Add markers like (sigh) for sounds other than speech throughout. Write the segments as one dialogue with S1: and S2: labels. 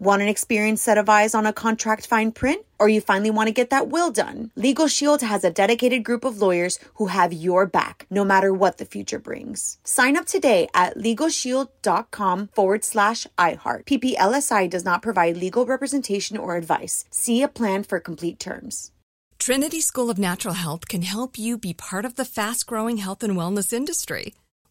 S1: Want an experienced set of eyes on a contract fine print? Or you finally want to get that will done? Legal Shield has a dedicated group of lawyers who have your back, no matter what the future brings. Sign up today at LegalShield.com forward slash iHeart. PPLSI does not provide legal representation or advice. See a plan for complete terms.
S2: Trinity School of Natural Health can help you be part of the fast growing health and wellness industry.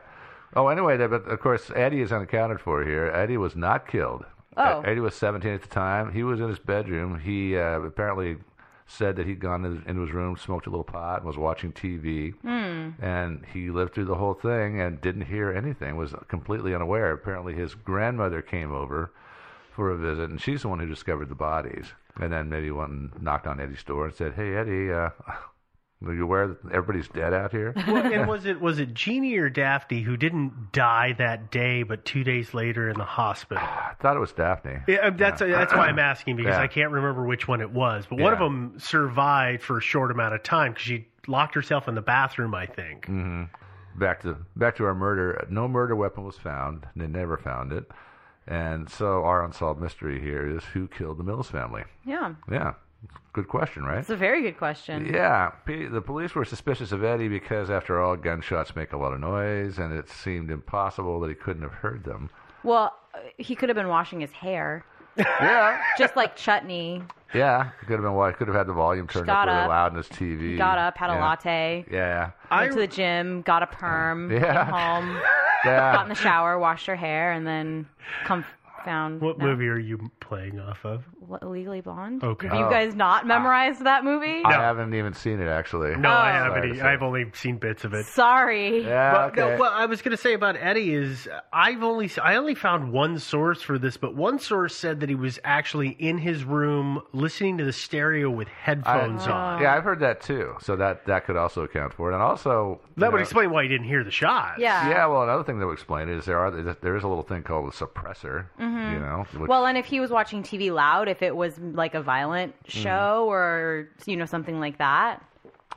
S3: Oh, anyway, that, but of course, Eddie is unaccounted for here. Eddie was not killed.
S4: Oh.
S3: E- Eddie was 17 at the time. He was in his bedroom. He uh, apparently said that he'd gone in- into his room, smoked a little pot, and was watching TV.
S4: Hmm.
S3: And he lived through the whole thing and didn't hear anything. Was completely unaware. Apparently, his grandmother came over for a visit, and she's the one who discovered the bodies. And then maybe went and knocked on Eddie's door and said, "Hey, Eddie, uh, (laughs) are you aware that everybody's dead
S4: (laughs)
S3: out here?"
S5: Well, and was it was it Jeannie or Daphne who didn't die that day, but two days later in the hospital?
S3: I thought it was Daphne.
S5: Yeah, uh, that's that's why I'm asking because
S3: Yeah.
S5: I can't remember which one it was. But one of
S3: Yeah.
S5: them survived for a short amount of time because she locked herself in the bathroom, I think.
S3: Mm-hmm. back to back to our murder. No murder weapon was found. They never found it. And so our unsolved mystery here is who killed the Mills family.
S4: Yeah.
S3: Yeah, good question, right?
S4: It's a very good question.
S3: Yeah, P- the police were suspicious of Eddie because, after all, gunshots make a lot of noise, and it seemed impossible that he couldn't have heard them.
S4: Well, uh, he could have been washing his hair,
S3: Yeah,
S4: just like Chutney.
S3: yeah, he could have been. wa- Could have had the volume turned up
S4: got
S3: really
S4: up.
S3: loud in his TV.
S4: Got up, had a
S3: Yeah.
S4: latte,
S3: Yeah,
S4: went to the gym, got a perm,
S3: Yeah.
S4: came home, got in
S3: yeah.
S4: (laughs) the shower, washed her hair, and then come found.
S5: What
S4: no.
S5: movie are you playing off of?
S4: What, Legally Blonde?
S5: Okay. Ah.
S4: Have
S3: Oh.
S4: you guys not memorized that movie?
S3: I haven't even seen it actually.
S5: No, I haven't.
S3: Sorry to
S5: e-
S3: say.
S5: I've only seen bits of it.
S4: Oh. Sorry.
S3: Yeah,
S5: But, no,
S3: okay.
S5: what I was going to say about Eddie is uh, I've only s- I only found one source for this, but one source said that he was actually in his room listening to the stereo with
S3: I-
S5: headphones on.
S3: Yeah, I've heard that too. So that that could also account for it. And also you
S5: That would
S3: know-
S5: explain why he didn't hear the shots.
S4: Yeah.
S3: Yeah, well, another thing that would explain it is there are there is a little thing called a suppressor,
S4: Mhm.
S3: you know. which-
S4: Well, and if he was watching TV loud, if it was like a violent show or you know something like that,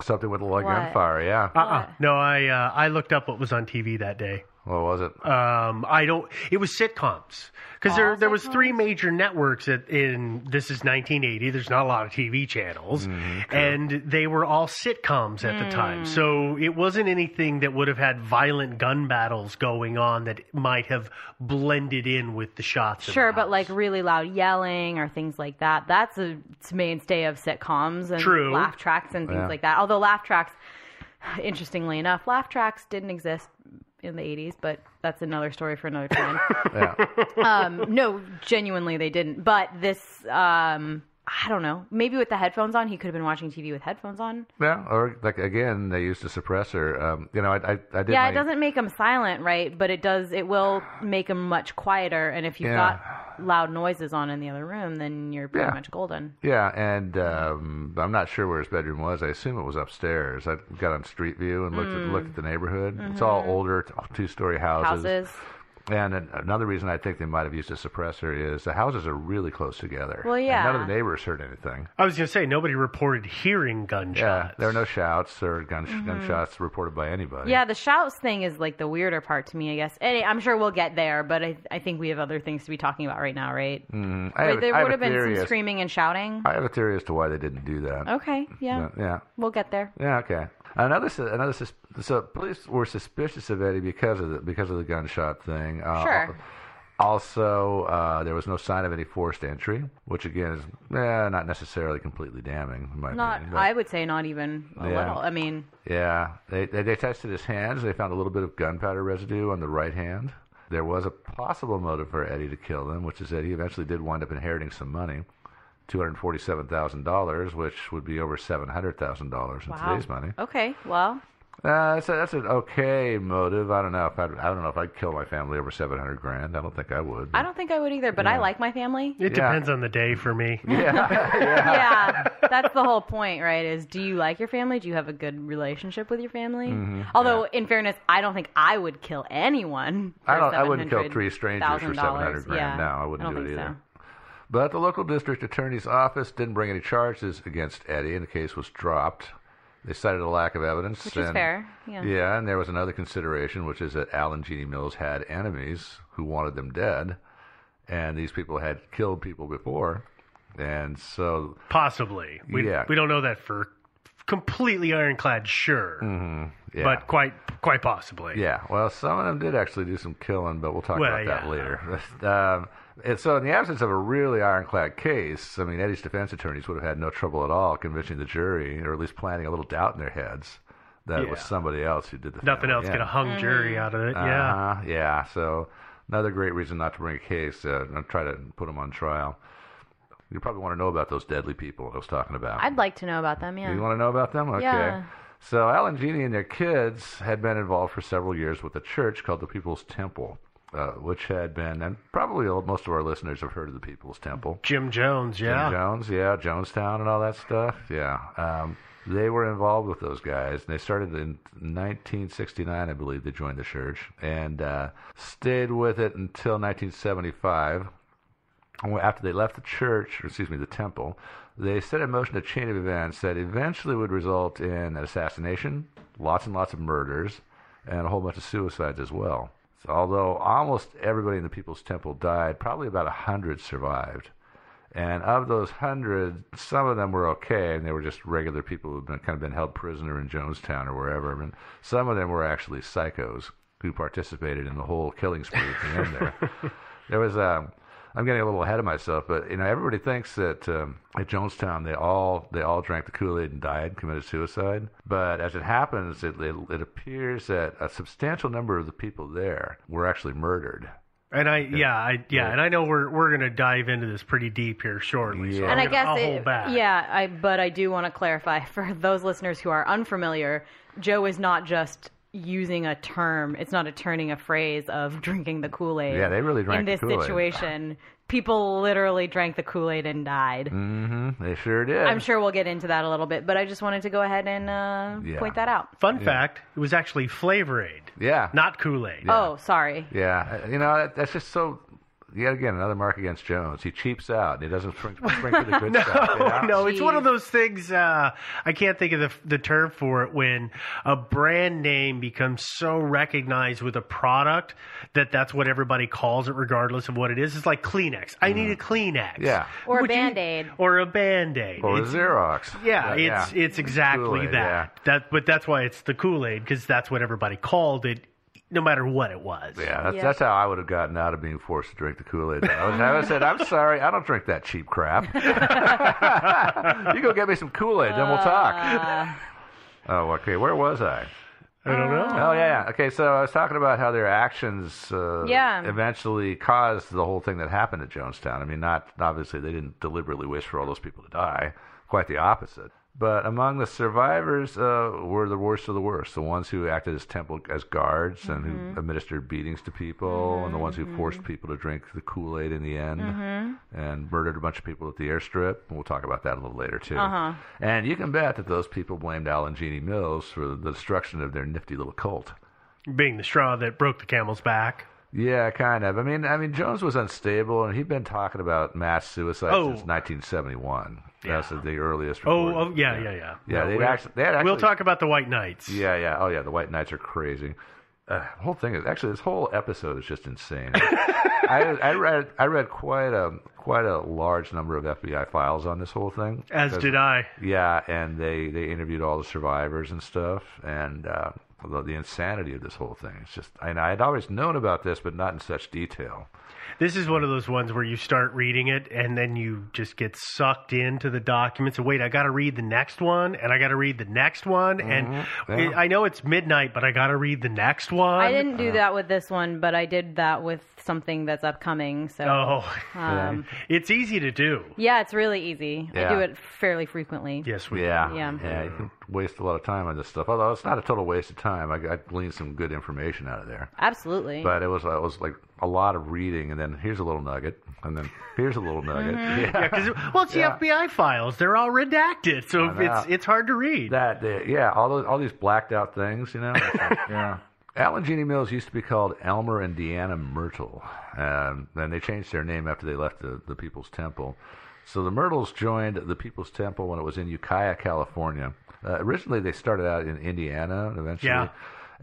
S3: something with a lot of
S4: What?
S3: gunfire, yeah.
S5: Uh-uh. No, I uh, I looked up what was on TV that day.
S3: What was it?
S5: Um, I don't. It was sitcoms because
S4: Oh,
S5: there there was three major networks that in this is 1980. There's not a lot of TV channels,
S3: Mm-hmm,
S5: and they were all sitcoms at the
S4: Hmm.
S5: time. So it wasn't anything that would have had violent gun battles going on that might have blended in with the shots. of
S4: sure,
S5: the
S4: but
S5: house.
S4: like really loud yelling or things like that. That's a it's mainstay of sitcoms and
S5: True.
S4: laugh tracks and things
S5: Yeah.
S4: like that. Although laugh tracks, (sighs) interestingly enough, laugh tracks didn't exist in the 80s, but that's another story for another time. (laughs) um, no, genuinely they didn't. But this, um, I don't know. Maybe with the headphones on, he could have been watching TV with headphones on.
S3: Yeah, or like again, they used a suppressor. Um, you know, I I, I did.
S4: yeah,
S3: my,
S4: it doesn't make them silent, right? But it does. It will make them much quieter. And if you've
S3: Yeah.
S4: got loud noises on in the other room, then you're pretty
S3: Yeah.
S4: much golden.
S3: Yeah, and um, I'm not sure where his bedroom was. I assume it was upstairs. I got on Street View and looked
S4: Mm.
S3: at, looked at the neighborhood. It's all
S4: Mhm.
S3: older two story
S4: Houses.
S3: And an- another reason I think they might have used a suppressor is the houses are really close together.
S5: Well,
S3: And none
S5: yeah.
S3: of the neighbors heard anything.
S5: I was gonna say nobody reported hearing gunshots.
S3: Yeah, there are no shouts or gun,
S4: Mhm.
S3: gunshots reported by anybody.
S4: Yeah, the shouts thing is like the weirder part to me, I guess. And I'm sure we'll get there, but I, I think we have other things to be talking about right now, right?
S3: Mm, I
S4: Wait,
S3: have a-
S4: there
S3: I have
S4: would
S3: a
S4: have been
S3: theory
S4: some
S3: as-
S4: screaming and shouting.
S3: I have a theory as to why they didn't do that.
S4: Okay, yeah.
S3: Yeah, yeah.
S4: We'll get there.
S3: Yeah, okay. Another, sus- another. sus- So police were suspicious of Eddie because of the because of the gunshot thing. Uh,
S4: Sure.
S3: Also, uh, there was no sign of any forced entry, which again is eh, not necessarily completely damning. In my
S4: Not,
S3: opinion, but-
S4: I would say not even a
S3: Yeah.
S4: little. I mean,
S3: yeah, they, they they tested his hands. They found a little bit of gunpowder residue on the right hand. There was a possible motive for Eddie to kill them, which is that he eventually did wind up inheriting some money, two hundred forty-seven thousand dollars, which would be over seven hundred thousand dollars in
S4: wow.
S3: today's money.
S4: Okay, well,
S3: Uh, that's, a, that's an okay motive. I don't know if I'd, I don't know if I'd kill my family over seven hundred grand. I don't think I would.
S4: I don't think I would either, but I like my family.
S5: It depends on the day for me.
S4: yeah, that's the whole point, right? Is do you like your family? Do you have a good relationship with your family?
S3: Mhm,
S4: Although, in fairness, I don't think I would kill anyone.
S3: I
S4: for
S3: don't. I wouldn't kill
S4: $700,000.
S3: three strangers for seven hundred grand.
S4: Yeah.
S3: No, I wouldn't
S4: I don't
S3: do it
S4: think
S3: either. But the local district attorney's office didn't bring any charges against Eddie, and the case was dropped. They cited a lack of evidence,
S4: Which is
S3: and-
S4: fair, yeah.
S3: and there was another consideration, which is that Al and Jeannie Mills had enemies who wanted them dead, and these people had killed people before, and so
S5: Possibly. We,
S3: Yeah.
S5: we don't know that for completely ironclad sure,
S3: Mhm, yeah.
S5: but quite quite possibly.
S3: Yeah, well, some of them did actually do some killing, but we'll talk
S5: Well,
S3: about that later. (laughs) um, and so, in the absence of a really ironclad case, I mean, Eddie's defense attorneys would have had no trouble at all convincing the jury, or at least planting a little doubt in their heads that it was
S5: Yeah.
S3: somebody else who did the.
S5: Nothing
S3: family
S5: else could
S3: in.
S5: have hung
S4: Mm-hmm.
S5: jury out of it. Yeah.
S3: Uh-huh, yeah. So another great reason not to bring a case uh, and try to put them on trial. You probably want to know about those deadly people I was talking about.
S4: I'd like to know about them. Yeah.
S3: You want to know about them? Okay.
S4: Yeah.
S3: So Al and Jeannie and their kids had been involved for several years with a church called the People's Temple, uh, which had been, and probably all- most of our listeners have heard of the People's Temple.
S5: Jim Jones,
S3: Jim
S5: yeah.
S3: Jones, yeah, Jonestown and all that stuff. Yeah. Um, they were involved with those guys. and They started in 1969, I believe, they joined the church and uh, stayed with it until 1975. And After they left the church, or excuse me, the temple, they set in motion a chain of events that eventually would result in an assassination, lots and lots of murders, and a whole bunch of suicides as well. So although almost everybody in the People's Temple died, probably about a hundred survived. And of those hundred, some of them were okay, and they were just regular people who'd been kind of been held prisoner in Jonestown or wherever. And some of them were actually psychos who participated in the whole killing spree at the end there. There was um I'm getting a little ahead of myself, but you know everybody thinks that um, at Jonestown they all they all drank the Kool Aid and died, committed suicide. But as it happens, it, it it appears that a substantial number of the people there were actually murdered
S5: And I, yeah, I, yeah, and I know we're we're gonna dive into this pretty deep here shortly. So
S4: and
S5: I'm
S4: I
S5: gonna-
S4: guess
S5: I'll
S4: it-
S5: hold back.
S4: yeah, I but I do want to clarify for those listeners who are unfamiliar, Joe is not just using a term. It's not a turning a phrase of drinking the Kool-Aid.
S3: Yeah, they really drank
S4: in
S3: the
S4: this
S3: Kool-Aid.
S4: situation. People literally drank the Kool-Aid and died.
S3: Mm-hmm. They sure did.
S4: I'm sure we'll get into that a little bit, but I just wanted to go ahead and uh,
S3: Yeah.
S4: point that out.
S5: Fun fact: it was actually Flavor Aid,
S3: Yeah.
S5: not Kool Aid.
S4: Oh, sorry.
S3: Yeah, uh, you know that, that's just so. Yet again, another mark against Jones. He cheaps out. He doesn't spring, spring
S5: (laughs)
S3: for the good stuff. you know?
S5: no, it's one of those things. Uh, I can't think of the, the term for it when a brand name becomes so recognized with a product that that's what everybody calls it, regardless of what it is. It's like Kleenex. I need a Kleenex.
S3: Mm-hmm. Yeah.
S4: Or a
S5: Would you-
S4: Band-Aid.
S5: Or a band aid.
S3: Or Xerox.
S5: Yeah, it's it's exactly
S3: Kool-Aid, yeah.
S5: that. That, but that's why it's the Kool Aid because that's what everybody called it, no matter what it was.
S3: Yeah, that's, that's how I would have gotten out of being forced to drink the Kool Aid. I would have said, "I'm sorry, I don't drink that cheap crap. (laughs) you go get me some Kool Aid, then we'll talk." oh, okay. Where was I?
S5: I don't know.
S3: Oh yeah. yeah. Okay, so I was talking about how their actions uh,
S4: Yeah.
S3: eventually caused the whole thing that happened at Jonestown. I mean, not obviously they didn't deliberately wish for all those people to die. Quite the opposite. But among the survivors uh, were the worst of the worst, the ones who acted as temple as guards and who administered beatings to people, and the ones who forced people to drink the Kool Aid in the end, and murdered a bunch of people at the airstrip. And we'll talk about that a little later too.
S4: Uh-huh.
S3: And you can bet that those people blamed Al and Jeannie Mills for the destruction of their nifty little cult.
S5: Being the straw that broke the camel's back.
S3: Yeah, kind of. I mean, I mean, Jones was unstable, and he'd been talking about mass suicide
S5: Oh.
S3: since 1971. That's the earliest.
S5: Oh,
S3: recorded-
S5: oh yeah, yeah, yeah.
S3: Yeah,
S5: No,
S3: they'd
S5: we'll-
S3: actually- they had
S5: We'll
S3: actually-
S5: talk about the White Knights.
S3: yeah, yeah. Oh, yeah. The White Knights are crazy. Uh, the whole thing is actually this whole episode is just
S5: (laughs)
S3: insane. I, I read I read quite a quite a large number of FBI files on this whole thing.
S5: As
S3: Because-
S5: did I.
S3: Yeah, and they they interviewed all the survivors and stuff, and uh, the, the insanity of this whole thing. It's just, and I had always known about this, but not in such detail.
S5: This is one of those ones where you start reading it and then you just get sucked into the documents. And wait, I got to read the next one, and I got to read the next one, and
S3: Mm-hmm. yeah.
S5: I know it's midnight, but I got to read the next one.
S4: I didn't do that with this one, but I did that with something that's upcoming. So
S5: (laughs) Oh,
S4: Um,
S5: it's easy to do.
S4: yeah, it's really easy.
S3: Yeah.
S4: I do it fairly frequently.
S5: Yes, we.
S3: Yeah.
S4: Yeah.
S3: you can waste a lot of time on this stuff. Although it's not a total waste of time. I, I gleaned some good information out of there.
S4: Absolutely.
S3: But it was, it was like a lot of reading, and then here's a little nugget, and then here's a little nugget. (laughs) Yeah.
S5: Yeah, 'cause it- well, it's the FBI files; they're all redacted, so
S3: I know.
S5: it's it's hard to read.
S3: That, uh, yeah, all, those, all these blacked out things, you know? yeah. Alan Jeannie Mills used to be called Elmer and Deanna Myrtle. Um, and they changed their name after they left the, the People's Temple. So the Myrtles joined the People's Temple when it was in Ukiah, California. Uh, originally, they started out in Indiana, and eventually.
S5: Yeah.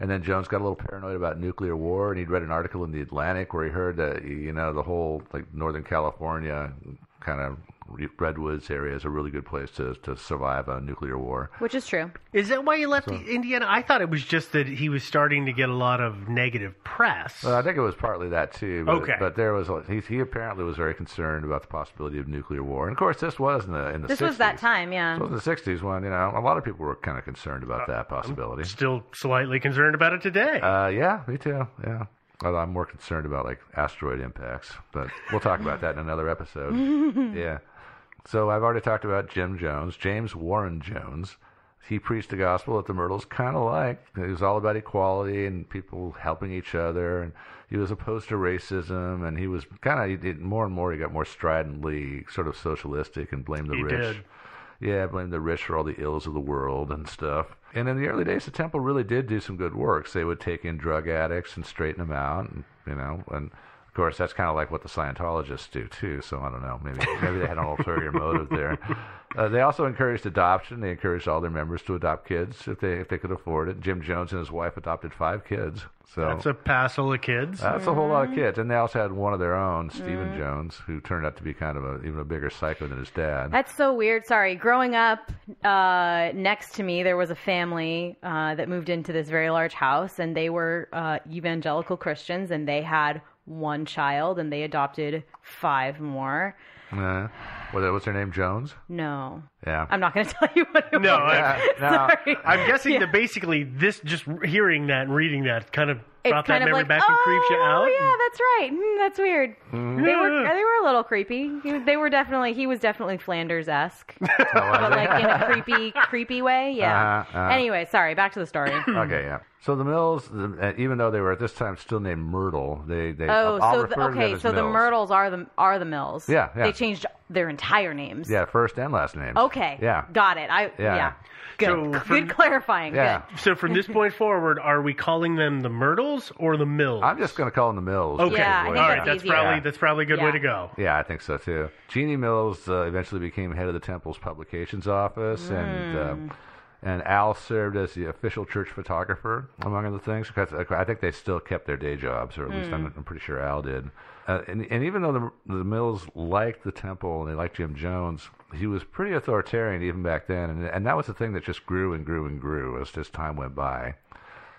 S3: And then Jones got a little paranoid about nuclear war, and he'd read an article in the Atlantic where he heard that you know the whole like Northern California kind of re- redwoods area is a really good place to to survive a nuclear war.
S4: Which is true.
S5: Is that why you left Indiana? I thought it was just that he was starting to get a lot of negative press.
S3: Well, I think it was partly that too. But,
S5: Okay.
S3: but there was a- he, he apparently was very concerned about the possibility of nuclear war, and of course this was in the in the
S4: This
S3: 60s.
S4: was that time, yeah.
S3: This was in the sixties when you know a lot of people were kind of concerned about that possibility.
S5: Still slightly concerned about it today.
S3: Uh, yeah, me too. Yeah. Although I'm more concerned about like asteroid impacts, but we'll talk about that in another
S5: (laughs)
S3: episode. yeah. So I've already talked about Jim Jones, James Warren Jones. He preached the gospel at the Myrtles, kind of like it was all about equality and people helping each other. And he was opposed to racism, and he was kind of he did- more and more he got more stridently sort of socialistic and blamed the
S5: He
S3: rich.
S5: did.
S3: Yeah, blame the rich for all the ills of the world and stuff. And in the early days, the temple really did do some good works. They would take in drug addicts and straighten them out, and, you know. And of course, that's kind of like what the Scientologists do too. So I don't know. Maybe maybe they had an ulterior motive there. Uh, they also encouraged adoption. They encouraged all their members to adopt kids if they if they could afford it. Jim Jones and his wife adopted five kids. So Uh,
S5: That's a passel of
S4: (laughs)
S5: kids.
S3: that's a whole lot of kids. And they also had one of their own, Stephen Jones, who turned out to be kind of a, even a bigger psycho than his dad.
S4: That's so weird. Sorry. Growing up, uh, next to me, there was a family uh, that moved into this very large house, and they were uh, evangelical Christians, and they had one child, and they adopted five more.
S3: Uh, what- what's her name? Jones.
S4: No,
S3: Yeah.
S4: I'm not going to (laughs) tell you what it
S5: Uh, no,
S4: was. (laughs)
S5: I,
S3: no.
S4: Sorry.
S5: I'm guessing that basically this, just hearing that and reading that, kind of
S4: it's
S5: Brought that
S4: kind of
S5: memory
S4: like,
S5: back
S4: oh,
S5: and creeps you out?" Mm-hmm.
S4: yeah, that's right. Hmm, that's weird. They were they were a little creepy. He- They were definitely he was definitely Flanders
S5: (laughs)
S4: esque,
S5: Um,
S4: but like in a creepy creepy way. Yeah.
S3: Uh-huh, uh-huh.
S4: Anyway, sorry. Back to the
S5: (coughs)
S4: story.
S3: okay, yeah. So the Mills, the, uh, even though they were at this time still named Myrtle, they they
S4: Oh,
S3: I'll
S4: so
S3: refer
S4: the,
S3: to them
S4: okay,
S3: as
S4: so the
S3: Mills.
S4: Myrtles are the are the Mills.
S3: Yeah, yeah.
S4: They changed their entire names.
S3: Yeah, first and last names.
S4: Okay.
S3: Yeah.
S4: Got it. I
S3: Yeah.
S4: yeah. Good.
S5: So
S4: Good clarifying.
S3: Yeah.
S4: Good.
S5: So from this point forward, are we calling them the Myrtles or the Mills?
S3: I'm just going to call them the Mills.
S5: Okay.
S4: Yeah, I think
S5: All
S4: that's
S5: right. That's
S4: easier.
S5: probably that's probably a good way
S4: Yeah.
S5: to go.
S3: Yeah, I think so too. Jeannie Mills uh, eventually became head of the temple's publications office, and um, and Al served as the official church photographer, among other things. Because I think they still kept their day jobs, or at least I'm, I'm pretty sure Al did. Uh, and, and even though the, the Mills liked the temple and they liked Jim Jones, he was pretty authoritarian even back then, and and that was the thing that just grew and grew and grew as as time went by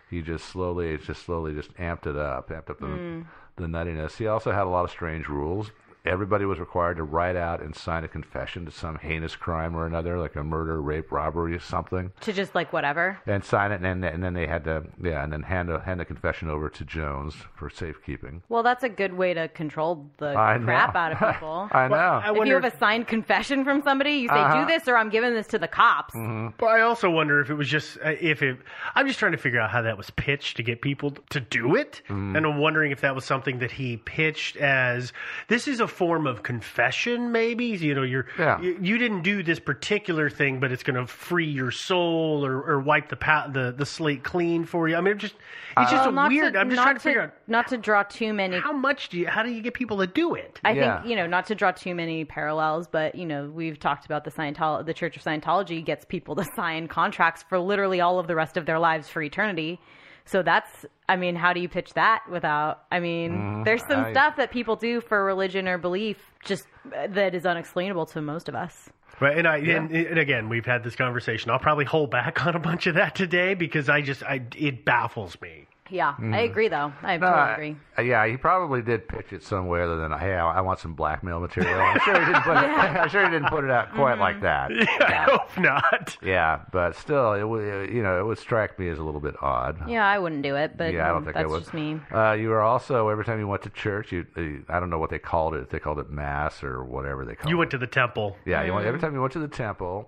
S3: he just slowly, just slowly, just amped it up, amped up the, the nuttiness. He also had a lot of strange rules. Everybody was required to write out and sign a confession to some heinous crime or another, like a murder, rape, robbery, or something,
S4: To just like whatever.
S3: and sign it. And then, and then they had to, yeah, and then hand a, hand the confession over to Jones for safekeeping.
S4: Well, that's a good way to control the
S3: I know.
S4: crap out of people.
S3: (laughs) I know.
S5: I
S4: if you
S5: wonder
S4: have a signed confession from somebody, you say,
S3: Uh-huh. Mm-hmm.
S4: "Do this, or I'm giving this to the cops."
S5: But I also wonder if it was just uh, if it. I'm just trying to figure out how that was pitched to get people to do it, and I'm wondering if that was something that he pitched as this is a form of confession, maybe. You know, you're
S3: Yeah.
S5: you, you didn't do this particular thing, but it's going to free your soul or, or wipe the pa- the the slate clean for you. I mean, I'm just it's just
S4: Well,
S5: a
S4: not
S5: weird. I'm just
S4: not
S5: trying to figure out
S4: not to draw too many.
S5: how much do you how do you get people to do it?
S4: I
S3: Yeah.
S4: think you know not to draw too many parallels, but you know we've talked about the Scientolo- the Church of Scientology gets people to sign contracts for literally all of the rest of their lives for eternity. So that's, I mean, how do you pitch that without? I mean, there's some
S3: I-
S4: stuff that people do for religion or belief just uh, that is unexplainable to most of us.
S5: Right, and I and, and again, we've had this conversation. I'll probably hold back (laughs) on a bunch of that today because I just I it baffles me. (laughs)
S4: Yeah, I agree though. I
S3: No,
S4: totally
S3: I-
S4: agree.
S3: Uh, yeah, he probably did pitch it some way other than, hey, I, I want some blackmail material. I'm sure he
S4: (laughs)
S3: didn't put it, (laughs) I'm sure he didn't put it out quite
S4: Mm-hmm.
S3: like that.
S5: I hope not.
S3: Yeah, but still, it would you know it would strike me as a little bit odd.
S4: Yeah, I wouldn't do it, but
S3: yeah, I don't
S4: mm,
S3: think
S4: that's
S3: I would.
S4: just me.
S3: Uh, you were also every time you went to church, you, you I don't know what they called it. If they called it mass or whatever they called.
S5: You went
S3: it.
S5: to the temple.
S3: yeah. You went,
S4: Mm.
S3: every time you went to the temple,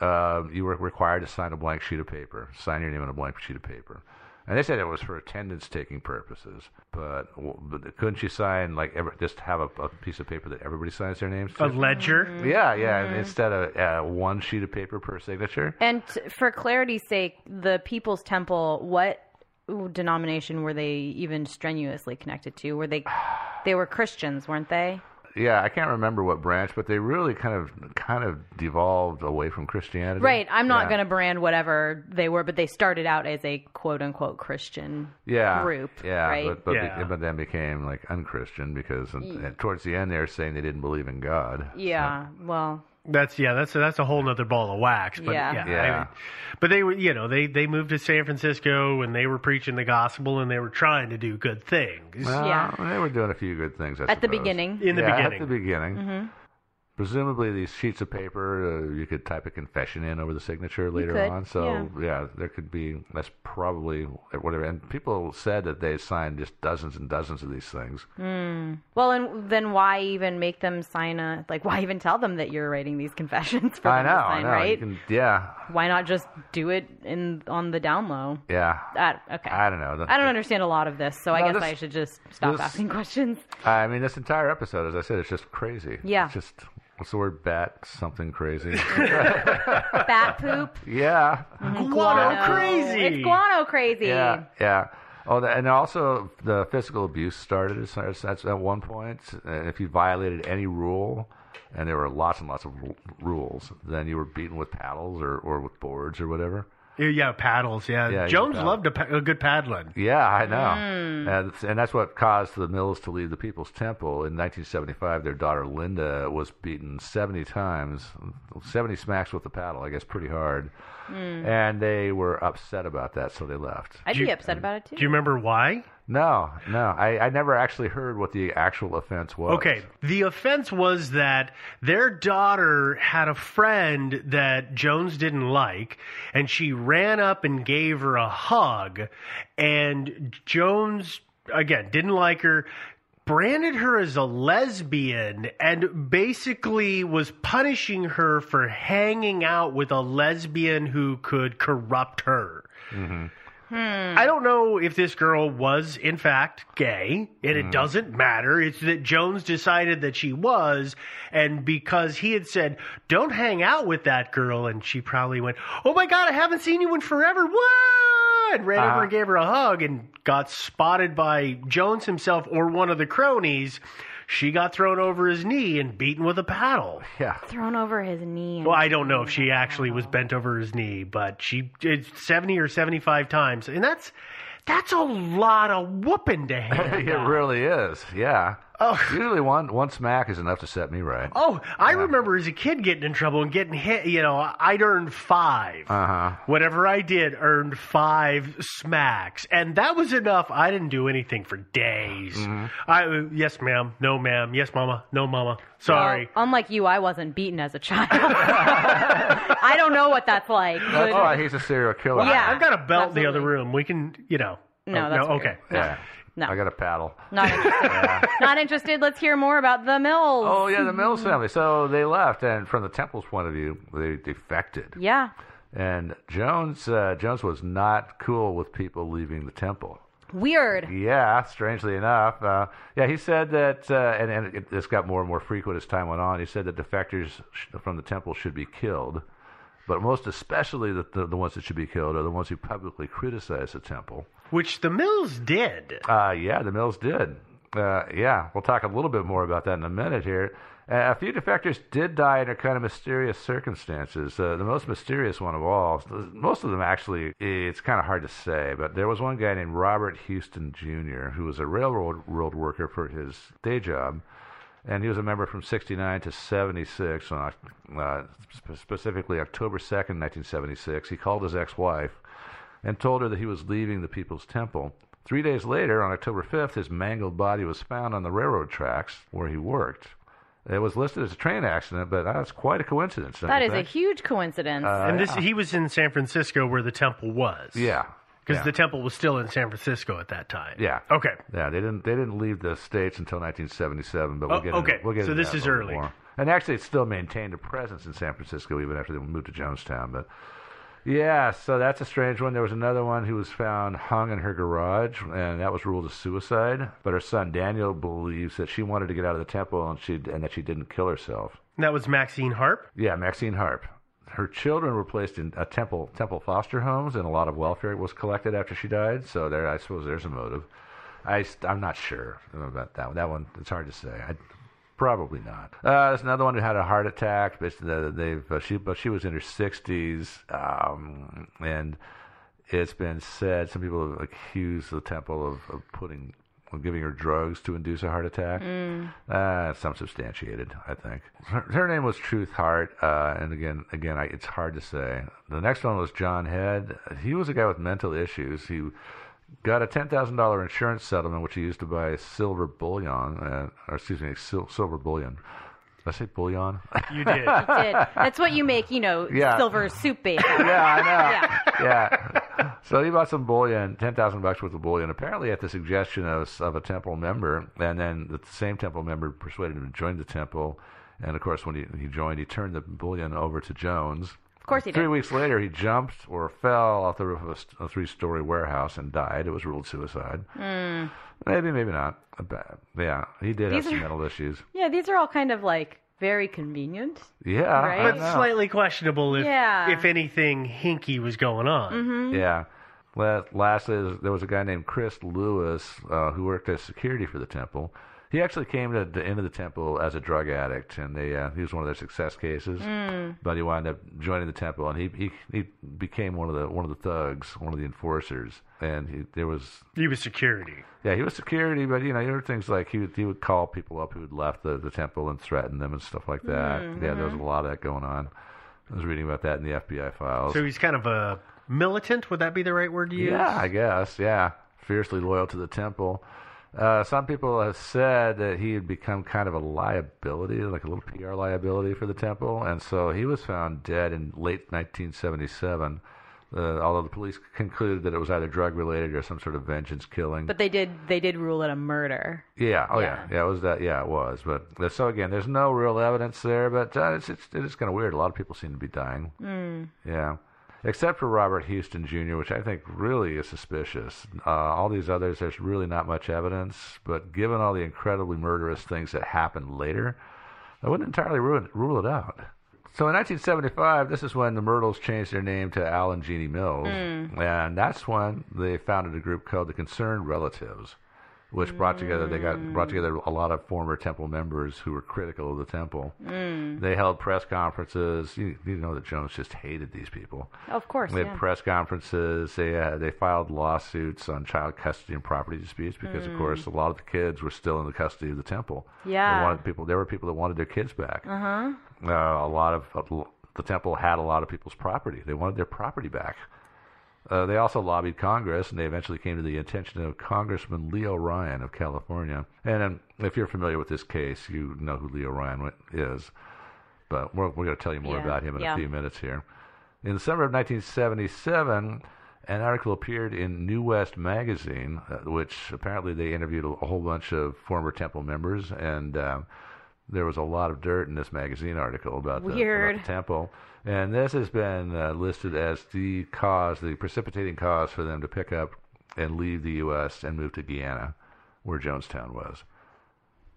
S3: um, you were required to sign a blank sheet of paper. Sign your name on a blank sheet of paper. And they said it was for attendance taking purposes, but, w- but couldn't you sign like ever, just have a, a piece of paper that everybody signs their names to?
S5: A ledger.
S3: yeah, yeah.
S4: Mm.
S3: Instead of uh, one sheet of paper per signature.
S4: And t- for clarity's sake, the People's Temple, what denomination were they even strenuously connected to? Were they they were Christians, weren't they?
S3: yeah, I can't remember what branch, but they really kind of kind of devolved away from Christianity.
S4: Right. I'm not
S3: Yeah.
S4: going to brand whatever they were, but they started out as a quote unquote Christian
S3: yeah,
S4: group.
S3: Yeah,
S4: right?
S3: but but,
S5: Yeah.
S3: Be, but then became like unchristian because and, and towards the end they were saying they didn't believe in God.
S4: yeah. Well,
S5: That's yeah. That's that's a whole nother ball of wax. But
S4: Yeah.
S5: yeah, I
S3: Yeah.
S5: mean, but they were you know they they moved to San Francisco and they were preaching the gospel and they were trying to do good things.
S3: Well,
S4: Yeah.
S3: they were doing a few good things I
S4: at the
S3: suppose.
S4: beginning. Mm-hmm.
S5: In the
S3: Yeah,
S5: beginning.
S3: At the beginning. Presumably, these sheets of paper, uh, you could type a confession in over the signature later
S4: could,
S3: on. So, yeah. there could be, that's probably whatever. And people said that they signed just dozens and dozens of these things.
S4: Well, and then why even make them sign a like? Why even tell them that you're writing these confessions (laughs) for
S3: I
S4: them
S3: know,
S4: to sign?
S3: I know. You
S4: right?
S3: can- yeah,
S4: Why not just do it in on the down low?
S3: yeah.
S4: That, okay.
S3: I don't know. The-
S4: I don't understand a lot of this, so I
S3: No,
S4: guess
S3: this-
S4: I should just stop
S3: this-
S4: asking (laughs) questions.
S3: I mean, this entire episode, as I said, it's just crazy.
S4: Yeah.
S3: It's just, what's the word? Bat something crazy.
S4: (laughs) Bat poop.
S3: yeah.
S5: Guano crazy.
S4: It's guano crazy.
S3: Yeah. Yeah. Oh, the- and also the physical abuse started at, at, at one point. And if you violated any rule, and there were lots and lots of ru- rules, then you were beaten with paddles or, or with boards or whatever.
S5: Yeah, paddles. Yeah,
S3: Yeah,
S5: Jones
S3: yeah.
S5: loved a, pa- a good paddling.
S3: Yeah, I know.
S4: Hmm.
S3: And, it's- and that's what caused the Mills to leave the People's Temple. In 1975, their daughter Linda was beaten 70 times, 70 smacks with the paddle, I guess, pretty hard.
S4: Hmm.
S3: And they were upset about that, so they left.
S4: I'd be upset about it too.
S5: Do you remember why?
S3: No, no. I, I never actually heard what the actual offense was.
S5: Okay. The offense was that their daughter had a friend that Jones didn't like, and she ran up and gave her a hug, and Jones, again, didn't like her. Branded her as a lesbian and basically was punishing her for hanging out with a lesbian who could corrupt her.
S3: Mm-hmm.
S5: I don't know if this girl was, in fact, gay, and it doesn't matter. It's that Jones decided that she was, and because he had said, don't hang out with that girl, and she probably went, oh my God, I haven't seen you in forever. What? And ran over and gave her a hug and got spotted by Jones himself or one of the cronies. She got thrown over his knee and beaten with a paddle.
S3: Yeah.
S4: Thrown over his knee.
S5: Well, I don't know if she actually was bent over his knee, but she did 70 or 75 times. And that's that's a lot of
S3: (laughs)
S5: whooping to hand.
S3: it really is. Yeah.
S5: Oh.
S3: Usually one one smack is enough to set me right.
S5: Oh, I remember as a kid getting in trouble and getting hit. You know, I'd earned five.
S3: Uh-huh.
S5: Whatever I did earned five smacks, and that was enough. I didn't do anything for days.
S3: Mm-hmm.
S5: I yes, ma'am. No, ma'am. Yes, mama. No, mama. Sorry.
S4: Well, unlike you, I wasn't beaten as a
S3: (laughs)
S4: child. I don't know what that's like. but-
S3: That's why Oh, he's a serial killer.
S4: Well, Oh, yeah.
S5: I've got a belt in the
S4: Absolutely.
S5: other room. We can, you know.
S4: No,
S5: Oh,
S4: that's
S5: no.
S4: weird.
S5: Okay.
S3: Yeah.
S4: No.
S3: I got a paddle.
S4: Not interested. Not interested. Let's hear more about the Mills.
S3: Oh yeah, the Mills
S4: Mm-hmm.
S3: family. So they left, and from the Temple's point of view, they defected.
S4: Yeah.
S3: And Jones, uh, Jones was not cool with people leaving the Temple.
S4: Weird.
S3: Yeah, strangely enough. Uh, yeah, he said that, uh, and, and it, this got more and more frequent as time went on. He said that defectors sh- from the temple should be killed, but most especially the, the, the ones that should be killed are the ones who publicly criticize the temple.
S5: Which the Mills did.
S3: Uh, yeah, the Mills did. Uh, yeah, we'll talk a little bit more about that in a minute here. Uh, a few defectors did die under kind of mysterious circumstances. Uh, the most mysterious one of all, most of them actually, it's kind of hard to say, but there was one guy named Robert Houston Jr., who was a railroad road worker for his day job. And he was a member from 69 to 76, on, uh, sp- specifically October 2nd, 1976. He called his ex wife and told her that he was leaving the People's Temple. Three days later, on October 5th, his mangled body was found on the railroad tracks where he worked. It was listed as a train accident, but that's quite a coincidence. don't
S4: That
S3: you
S4: is a
S3: think?
S4: huge coincidence.
S5: and this he was in San Francisco where the temple was.
S3: Yeah.
S5: Because
S3: yeah.
S5: the temple was still in San Francisco at that time.
S3: Yeah.
S5: Okay.
S3: Yeah, they didn't they didn't leave the states until 1977, but we'll
S5: Oh,
S3: get into-
S5: okay.
S3: we'll get
S5: So
S3: into
S5: this
S3: that
S5: is
S3: a little
S5: early.
S3: more. And actually, it still maintained a presence in San Francisco even after they moved to Jonestown. But yeah, so that's a strange one. There was another one who was found hung in her garage, and that was ruled a suicide. But her son Daniel believes that she wanted to get out of the temple, and she and that she didn't kill herself.
S5: And that was Maxine Harp.
S3: Yeah, Maxine Harp. Her children were placed in a temple temple foster homes, and a lot of welfare was collected after she died. So there, I suppose there's a motive. I am not sure about that one. That one it's hard to say. I, probably not. Uh, there's another one who had a heart attack. But the- they've uh, she but she was in her 60s, um, and it's been said some people have accused the temple of, of putting of giving her drugs to induce a heart attack. Uh, it's unsubstantiated, I think. Her, her name was Truth Hart, uh, and again, again, I, it's hard to say. The next one was John Head. He was a guy with mental issues. He got a ten thousand dollar insurance settlement, which he used to buy silver bullion, uh, or excuse me, sil- silver bullion. Did I say bullion? (laughs)
S5: You did.
S4: Did- That's what you make, you know,
S3: Yeah.
S4: silver soup base.
S3: yeah,
S4: (laughs)
S3: I know. Yeah. So he bought some bullion, ten thousand bucks worth of bullion, apparently at the suggestion of, of a temple member, and then the same temple member persuaded him to join the temple. And of course, when he, he joined, he turned the bullion over to Jones.
S4: Of course he
S3: Three
S4: did.
S3: weeks later, he jumped or fell off the roof of a st- a three-story warehouse and died. It was ruled suicide. Maybe, maybe not. But, yeah, he did
S4: Hmm. These
S3: have some
S4: are-
S3: mental issues.
S4: Yeah, these are all kind of like very convenient.
S3: Yeah,
S4: Right.
S3: I
S5: But
S3: know.
S5: slightly questionable if
S4: Yeah.
S5: if anything hinky was going on.
S3: Yeah. La- Lastly, there's- there was a guy named Chris Lewis uh, who worked as security for the temple. He actually came to the end of the temple as a drug addict, and they, uh, he was one of their success cases. But he wound up joining the temple, and he, he he became one of the one of the thugs, one of the enforcers. And he, there was
S5: He was security.
S3: yeah, he was security, but you know there were things like he would, he would call people up who had left the, the temple and threaten them and stuff like that. Yeah, there was a lot of that going on. I was reading about that in the FBI files.
S5: So he's kind of a militant. Would that be the right word to use?
S3: Yeah, I guess. Yeah. fiercely loyal to the temple. Uh, some people have said that he had become kind of a liability, like a little PR liability for the temple, and so he was found dead in late 1977. Uh, although the police concluded that it was either drug related or some sort of vengeance killing.
S4: But they did they did rule it a murder.
S3: Yeah. Oh yeah. Yeah. it was that. Yeah, it was. But so again, there's no real evidence there. But uh, it's it's it's kind of weird. A lot of people seem to be dying.
S4: Mm.
S3: Yeah. Except for Robert Houston Jr., which I think really is suspicious. Uh, all these others, there's really not much evidence. But given all the incredibly murderous things that happened later, I wouldn't entirely ruin, rule it out. So in 1975, this is when the Myrtles changed their name to Al and Jeannie Mills,
S4: Mm.
S3: and that's when they founded a group called the Concerned Relatives, which brought together they got brought together a lot of former temple members who were critical of the temple.
S4: Mm.
S3: They held press conferences. You, you know that Jones just hated these people.
S4: Of course,
S3: They had
S4: yeah.
S3: press conferences. They uh, they filed lawsuits on child custody and property disputes because,
S4: Mm.
S3: of course, a lot of the kids were still in the custody of the temple.
S4: Yeah.
S3: They wanted people. There were people that wanted their kids back
S4: Uh huh.
S3: uh, a lot of the temple had a lot of people's property. They wanted their property back. Uh, they also lobbied Congress, and they eventually came to the attention of Congressman Leo Ryan of California. And um, if you're familiar with this case, you know who Leo Ryan wa- is. But we're, we're going to tell you more
S6: Yeah,
S3: about him in
S6: yeah.
S3: a few minutes here. In the summer of 1977, an article appeared in New West magazine, uh, which apparently they interviewed a, a whole bunch of former temple members, and um there was a lot of dirt in this magazine article about the, about the
S4: Weird.
S3: temple. And this has been uh, listed as the cause, the precipitating cause for them to pick up and leave the U.S. and move to Guyana, where Jonestown was.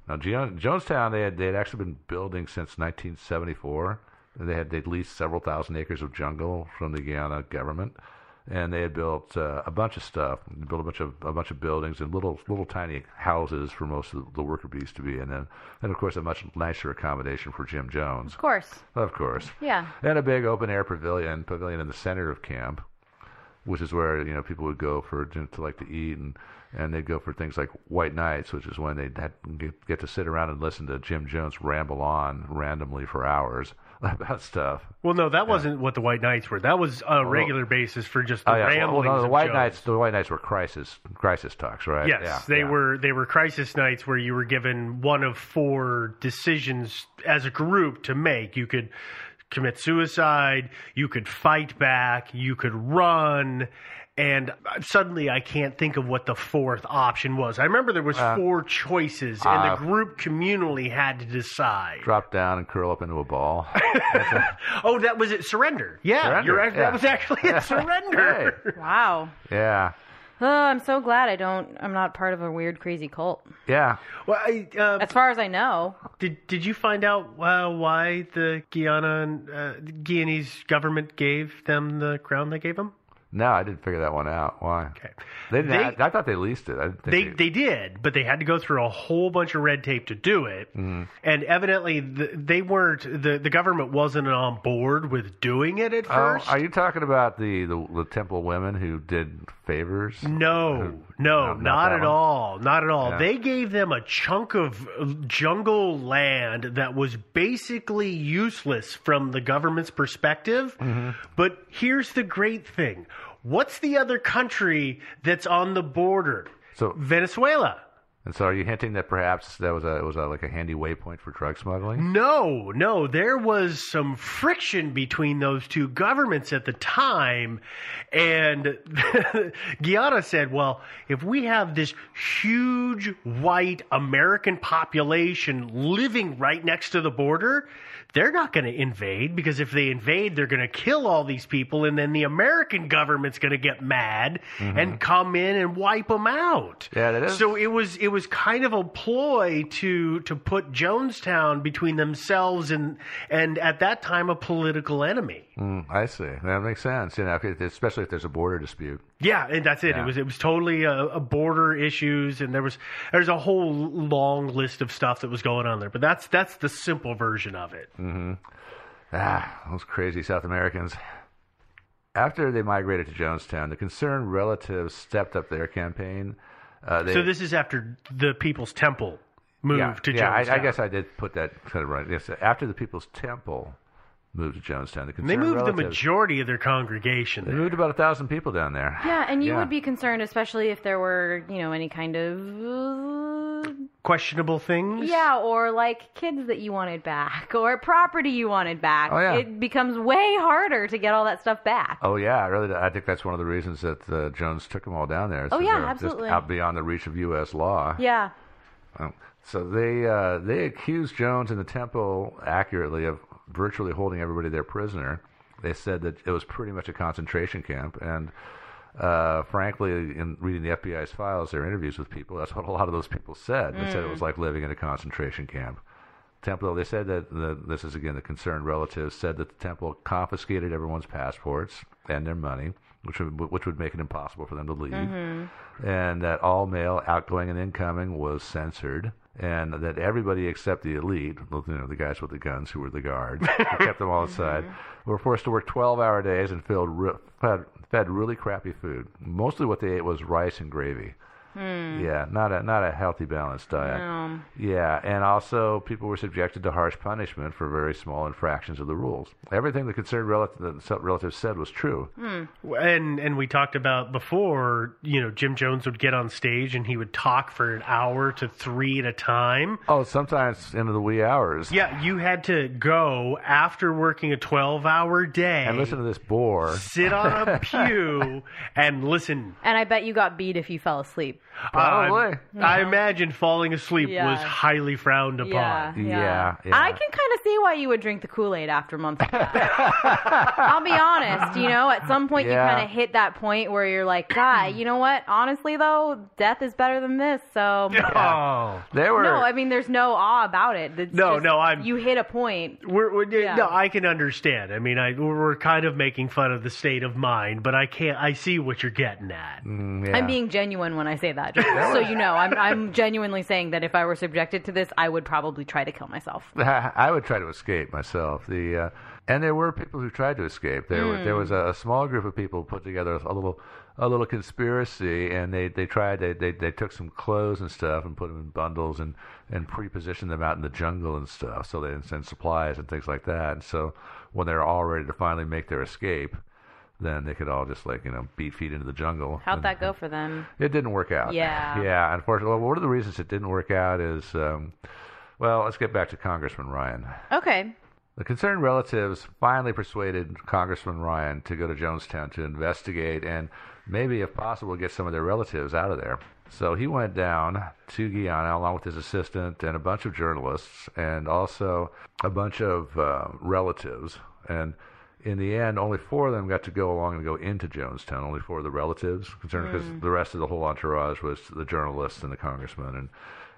S3: Now, Geo- Jonestown, they had they had actually been building since 1974. They had they'd leased several thousand acres of jungle from the Guyana government, and they had built uh, a bunch of stuff. They built a bunch of a bunch of buildings and little little tiny houses for most of the worker bees to be in, and and of course a much nicer accommodation for Jim Jones,
S4: Of course.
S3: of course,
S4: Yeah.
S3: and a big open air pavilion pavilion in the center of camp. Which is where you know people would go for to to like to eat and and they'd go for things like white nights, which is when they'd had, get, get to sit around and listen to Jim Jones ramble on randomly for hours (laughs) about stuff.
S5: Well, no, that wasn't what the White Knights were. That was a regular basis for just the
S3: Oh, yeah. Well,
S5: ramblings.
S3: no, the
S5: of
S3: white
S5: Jones.
S3: nights, the white nights were crisis crisis talks, right?
S5: Yes,
S3: Yeah,
S5: they
S3: yeah.
S5: were they were crisis nights where you were given one of four decisions as a group to make. You could commit suicide, you could fight back, you could run, and suddenly I can't think of what the fourth option was. I remember there was
S3: Uh,
S5: four choices, and
S3: uh,
S5: the group communally had to decide.
S3: Drop down and curl up into a
S5: (laughs)
S3: ball.
S5: Oh, that was it. Surrender. Yeah,
S3: Surrender,
S5: you're right.
S3: yeah.
S5: that was actually
S3: (laughs)
S5: it. Surrender.
S4: Wow.
S3: yeah,
S4: Oh, I'm so glad I don't. I'm not part of a weird, crazy cult.
S3: yeah.
S5: Well, I, uh,
S4: As far as I know,
S5: Did Did you find out uh, why the Guyana uh, Guyanese government gave them the crown they gave them?
S3: No, I didn't figure that one out. Why? Okay. They, didn't-
S5: They-
S3: I, I thought they leased it. I didn't think
S5: They they did, but they had to go through a whole bunch of red tape to do it.
S3: Mhm.
S5: And evidently, the, they weren't the, the government wasn't on board with doing it at
S3: Oh,
S5: first.
S3: are you talking about the, the the temple women who did favors?
S5: Mm.
S3: (laughs)
S5: No, no,
S3: not
S5: not
S3: that
S5: at
S3: one.
S5: all. Not at all.
S3: Yeah.
S5: They gave them a chunk of uh, jungle land that was basically useless from the government's perspective.
S3: Mm-hmm.
S5: But here's the great thing what's the other country that's on the border?
S3: So
S5: Venezuela.
S3: And so, are you hinting that perhaps that was a it was a, like a handy waypoint for drug
S5: Mm-hmm.
S3: smuggling?
S5: No, no, there was some friction between those two governments at the time. And (laughs) Guyana said, well, if we have this huge white American population living right next to the border, they're not going to invade because if they invade, they're going to kill all these people. And then the American government's going to get mad and come in and wipe them out.
S3: Yeah, that is.
S5: So it was it was kind of a ploy to to put Jonestown between themselves and and at that time a political enemy.
S3: Mm, I see. That makes sense. You know, if it- especially if there's a border dispute.
S5: Yeah, and that's it.
S3: Yeah.
S5: It was it was totally a, a border issues, and there was there's a whole long list of stuff that was going on there. But that's that's the simple version of it.
S3: hmm Ah, those crazy South Americans. After they migrated to Jonestown, the concerned relatives stepped up their campaign. Uh, they,
S5: so this is after the People's Temple moved
S3: yeah,
S5: to
S3: yeah,
S5: Jonestown.
S3: I, I guess I did put that kind of right. Yes, after the People's Temple moved to Jonestown to concern
S5: They moved
S3: relatives.
S5: the majority of their congregation.
S3: They moved about a thousand people down there.
S4: Yeah, and you would be concerned, especially if there were, you know, any kind of. uh,
S5: Questionable things.
S4: Yeah, or like kids that you wanted back, (laughs) or property you wanted back.
S3: Oh, yeah.
S4: It becomes way harder to get all that stuff back.
S3: Oh yeah, I really. do. I think that's one of the reasons that uh, Jones took them all down there.
S4: Oh,
S3: so
S4: yeah,
S3: they're just
S4: absolutely.
S3: out beyond the reach of U.S. law.
S4: Yeah.
S3: Um, So they uh, they accused Jones and the Temple accurately of virtually holding everybody their prisoner. They said that it was pretty much a concentration camp, and uh, frankly, in reading the FBI's files, their interviews with people, that's what a lot of those people said. They said it
S6: Mm.
S3: was like living in a concentration camp. Temple, they said that the, this is again the concerned relatives said that the temple confiscated everyone's passports and their money, which would, which would make it impossible for them to leave
S6: Mhm.
S3: and that all mail, outgoing and incoming, was censored, and that everybody except the elite, you know, the guys with the guns who were
S4: (laughs)
S3: the guards, who kept them all inside,
S4: Mm-hmm.
S3: were forced to work 12-hour days and filled re- fed, fed really crappy food. Mostly what they ate was rice and gravy.
S4: Hmm.
S3: Yeah, not a not a healthy, balanced diet.
S4: No.
S3: Yeah, and also people were subjected to harsh punishment for very small infractions of the rules. Everything the concerned relative, the relatives said was true.
S4: Hmm.
S5: And and we talked about before, you know, Jim Jones would get on stage and he would talk for an hour to three at a time.
S3: Oh, sometimes into the wee hours.
S5: Yeah, you had to go after working a twelve-hour day
S3: And listen to this bore.
S5: sit
S3: (laughs)
S5: on a pew and listen.
S4: And I bet you got beat if you fell asleep.
S5: Um, I imagine falling asleep
S4: Yeah.
S5: was highly frowned upon.
S4: Yeah, I can kind of see why you would drink the Kool Aid after months. Like that. I'll be honest. You know, at some point
S3: Yeah.
S4: you kind of hit that point where you're like, God, you know what? Honestly, though, death is better than this. So
S5: (laughs) Oh,
S3: there were
S4: no, I mean, there's no awe about it. It's
S5: No,
S4: just-
S5: no, I'm-
S4: You hit a point.
S5: We're, we're
S4: Yeah.
S5: no, I can understand. I mean, I we're kind of making fun of the state of mind, but I can't. I see what you're getting at.
S4: I'm being genuine when I say that, just so you know. I'm I'm genuinely saying that if I were subjected to this, I would probably try to kill myself.
S3: (laughs) I would try to escape myself. The uh, and there were people who tried to escape. There were,
S4: Mm.
S3: there was a, a small group of people put together a little a little conspiracy, and they they tried they they, they took some clothes and stuff and put them in bundles and and pre-positioned them out in the jungle and stuff. So they and supplies and things like that. And so when they're all ready to finally make their escape, then they could all just like you know beat feet into the jungle.
S4: How'd
S3: and-
S4: that go for them?
S3: It didn't work out.
S4: Yeah.
S3: Yeah, unfortunately. Well, one of the reasons it didn't work out is, um, well, let's get back to Congressman Ryan.
S4: Okay.
S3: The concerned relatives finally persuaded Congressman Ryan to go to Jonestown to investigate and maybe, if possible, get some of their relatives out of there. So he went down to Guyana along with his assistant and a bunch of journalists and also a bunch of uh, relatives. And in the end, only four of them got to go along and go into Jonestown. Only four of the relatives concerned because
S6: Mm.
S3: the rest of the whole entourage was the journalists and the congressman and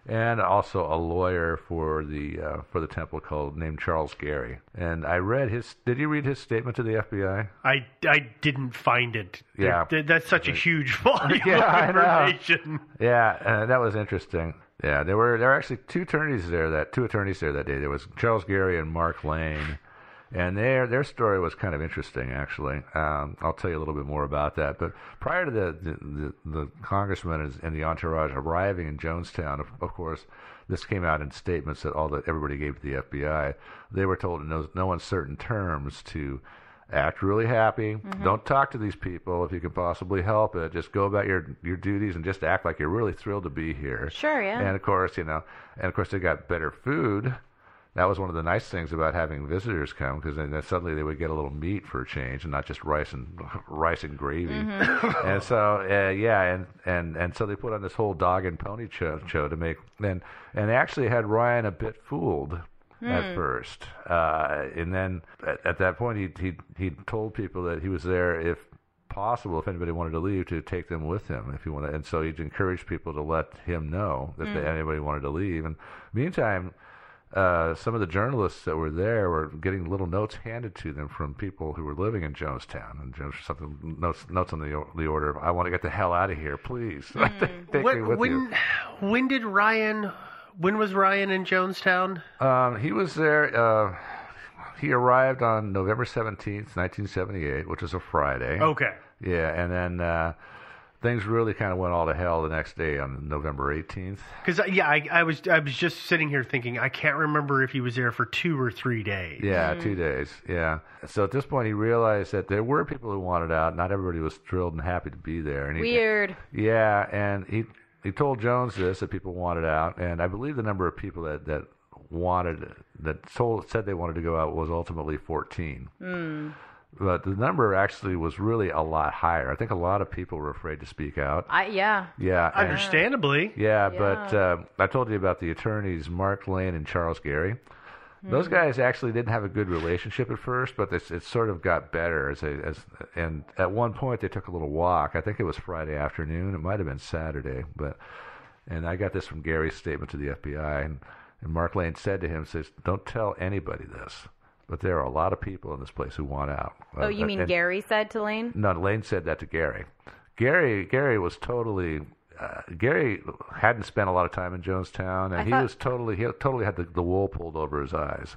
S3: and also a lawyer for the uh, for the temple called named Charles Gary. And I read his. Did you read his statement to the FBI?
S5: I, I didn't find it.
S3: Yeah.
S5: There- that's such a huge volume
S3: (laughs) Yeah, I
S5: of
S3: know.
S5: information.
S3: Yeah, uh, that was interesting. Yeah, there were there were actually two attorneys there that two attorneys there that day. There was Charles Gary and Mark Lane, and their their story was kind of interesting actually. Um, I'll tell you a little bit more about that. But prior to the the, the, the congressman and- and the entourage arriving in Jonestown, of, of course, this came out in statements that all that everybody gave to the FBI. They were told in no, no uncertain terms to act really happy.
S4: Mm-hmm.
S3: Don't talk to these people if you can possibly help it. Just go about your your duties and just act like you're really thrilled to be here.
S4: Sure, yeah.
S3: And of course, you know, and of course they got better food. That was one of the nice things about having visitors come because then, then suddenly they would get a little meat for a change and not just rice and (laughs) rice and gravy.
S6: Mhm.
S3: (laughs) and so uh, yeah, and, and and so they put on this whole dog and pony show, show to make and and they actually had Ryan a bit fooled at
S6: Hmm.
S3: first, uh, and then at, at that point he he he told people that he was there if possible if anybody wanted to leave to take them with him if you want and so he'd encourage people to let him know that they,
S6: Hmm.
S3: anybody wanted to leave and meantime uh, some of the journalists that were there were getting little notes handed to them from people who were living in Jonestown and Jones something notes notes on the o- the order of I want to get the hell out of here please (laughs) take me
S5: When,
S3: with you
S5: when, when did Ryan? When was Ryan in Jonestown?
S3: Um, he was there. Uh, he arrived on
S5: Oh.
S3: November seventeenth, nineteen seventy-eight, which is a Friday.
S5: Okay.
S3: Yeah, and then uh, things really kind of went all to hell the next day on November 18th.
S5: Because uh, yeah, I, I was I was just sitting here thinking I can't remember if he was there for two or three days.
S3: Yeah, two days. Yeah. So at this point, he realized that there were people who wanted out. Not everybody was thrilled and happy to be there. And he,
S4: Weird.
S3: Yeah, and he he told Jones this that people wanted out, and I believe the number of people that that wanted that told said they wanted to go out was ultimately 14.
S4: Mm.
S3: But the number actually was really a lot higher. I think a lot of people were afraid to speak out.
S4: I yeah.
S3: Yeah, and-
S5: Understandably.
S3: yeah, but uh, I told you about the attorneys Mark Lane and Charles Gary. Those
S4: Mm-hmm.
S3: guys actually didn't have a good relationship at first, but it's, it sort of got better as they, as and at one point they took a little walk. I think it was Friday afternoon. It might have been Saturday, but and I got this from Gary's statement to the FBI and, and Mark Lane said to him says, "Don't tell anybody this, but there are a lot of people in this place who want out."
S4: Oh, you
S3: Uh,
S4: mean
S3: and-
S4: Gary said to Lane?
S3: no, Lane said that to Gary. Gary Gary was totally. Uh, Gary hadn't spent a lot of time in Jonestown, and
S4: I
S3: he
S4: thought-
S3: was totally he totally had the, the wool pulled over his eyes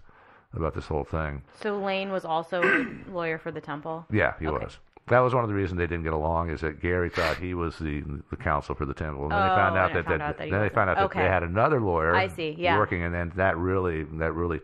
S3: about this whole thing.
S4: So Lane was also a
S3: (coughs)
S4: lawyer for the temple.
S3: Yeah, he was. That was one of the reasons they didn't get along is that Gary thought he was the the counsel for the temple, and then they
S4: Oh,
S3: found out
S4: and it
S3: that,
S4: found
S3: that,
S4: out that he
S3: then they
S4: wasn't.
S3: found out that
S4: Okay.
S3: they had another lawyer.
S4: I see, yeah.
S3: working, and then that really that really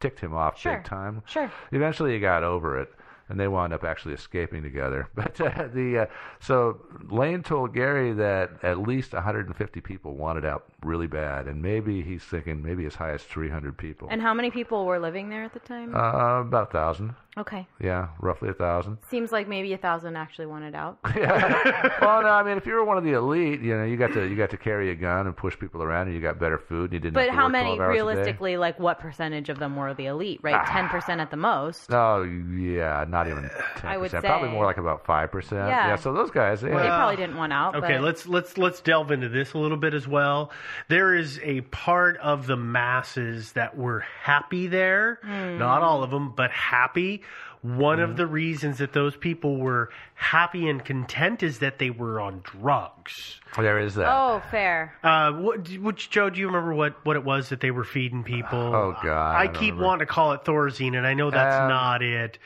S3: ticked him off
S4: Sure,
S3: big time.
S4: sure.
S3: Eventually, he got over it, and they wound up actually escaping together. (laughs) But uh, the uh, so Lane told Gary that at least 150 people wanted out really bad, and maybe he's thinking maybe as high as 300 people.
S4: And how many people were living there at the time?
S3: uh, about a thousand.
S4: okay.
S3: Yeah, roughly a thousand.
S4: Seems like maybe a thousand actually wanted out.
S3: well, no, I mean, if you were one of the elite, you know, you got to you got to carry a gun and push people around, and you got better food, and you didn't.
S4: But
S3: have to
S4: how
S3: work
S4: many
S3: 12 hours a day. Ah.
S4: realistically, like what percentage of them were the elite, right? Ten percent at the most.
S3: Oh yeah, not
S5: (sighs)
S3: even ten
S4: I would
S3: percent. Probably
S4: say-
S3: more like about five percent.
S4: Yeah.
S3: So those guys, they,
S4: They
S3: had-
S4: probably didn't want out.
S5: Okay,
S4: but-
S5: let's let's let's delve into this a little bit as well. There is a part of the masses that were happy there, not all of them, but happy. One of the reasons that those people were happy and content is that they were on drugs.
S3: there is that.
S4: Oh, fair.
S5: Uh, what, which Joe? Do you remember what, what it was that they were feeding people?
S3: Oh, God,
S5: I,
S3: I don't
S5: keep
S3: remember.
S5: wanting to call it Thorazine, and I know that's
S3: Um,
S5: not it.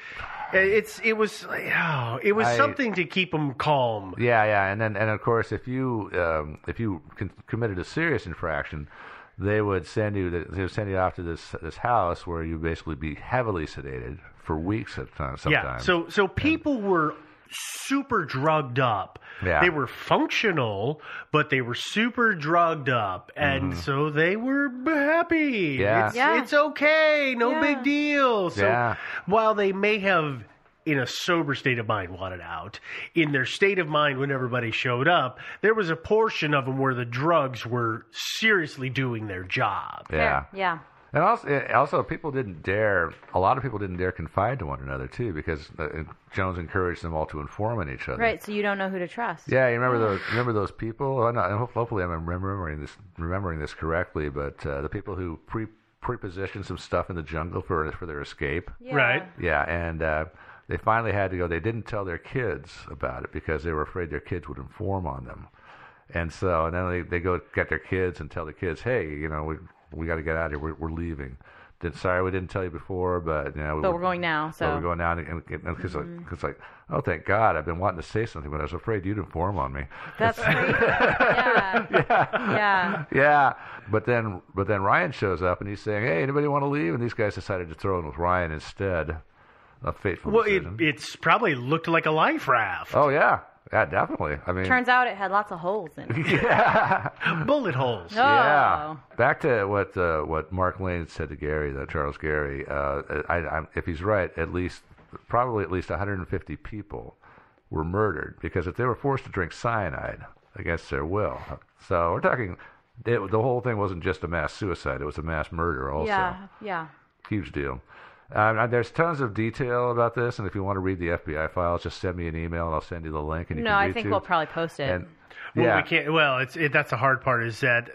S5: It's it was oh, it was
S3: I-
S5: something to keep them calm.
S3: Yeah, yeah, and then and of course, if you um, if you con- committed a serious infraction, they would send you they would send you off to this this house where you basically be heavily sedated for weeks at a time. Sometimes.
S5: Yeah. So so people were super drugged up.
S3: Yeah.
S5: They were functional, but they were super drugged up, and so they were b- happy.
S3: Mm-hmm. Yeah.
S5: It's,
S4: Yeah.
S5: it's okay, no
S4: Yeah.
S5: big deal. So
S3: Yeah.
S5: while they may have in a sober state of mind wanted out in their state of mind when everybody showed up there was a portion of them where the drugs were seriously doing their job
S3: yeah.
S4: Fair. Yeah.
S3: And also, eh, also, people didn't dare. A lot of people didn't dare confide to one another too, because uh, eh, Jones encouraged them all to inform on each other.
S4: Right. So you don't know who to trust.
S3: Yeah, you remember those? Remember those people? Oh, no, I hope- hopefully, I'm remembering this remembering this correctly. But uh, the people who pre prepositioned some stuff in the jungle for for their escape.
S4: Yeah.
S5: right
S3: Yeah, and uh, they finally had to go. They didn't tell their kids about it because they were afraid their kids would inform on them. And so, and then they, they go get their kids and tell the kids, hey, you know, we we got to get out of here. We're, we're leaving. Did, sorry, we didn't tell you before, but you know,
S4: But we're going now,
S3: But
S4: so- Mm-hmm.
S3: we're going now, and because like, oh, thank God, I've been wanting to say something, but I was afraid you'd inform on me. (laughs)
S4: That's crazy. yeah. Yeah.
S3: Yeah, but then but then Ryan shows up and he's saying, hey, anybody want to leave? And these guys decided to throw in with Ryan instead. A fateful
S5: well it,
S3: decision.
S5: it's probably looked like a life raft
S3: Oh yeah, yeah, definitely. I mean,
S4: Turns out it had lots of holes in it.
S3: (laughs) yeah,
S5: bullet holes
S3: yeah.
S4: Oh.
S3: Back to what uh, what Mark Lane said to Gary, that Charles Gary. Uh, I, I'm, if he's right, at least probably at least 150 people were murdered because if they were forced to drink cyanide against their will, so we're talking. It, the whole thing wasn't just a mass suicide; it was a mass murder also.
S4: Yeah. Yeah.
S3: Huge deal. Um, and there's tons of detail about this, and if you want to read the FBI files, just send me an email, and I'll send you the link. And you
S4: No,
S3: can
S4: I
S3: read
S4: think
S3: through.
S4: we'll probably post it.
S3: And
S5: Well,
S3: yeah,
S5: we can't. Well, it's it, that's the hard part is that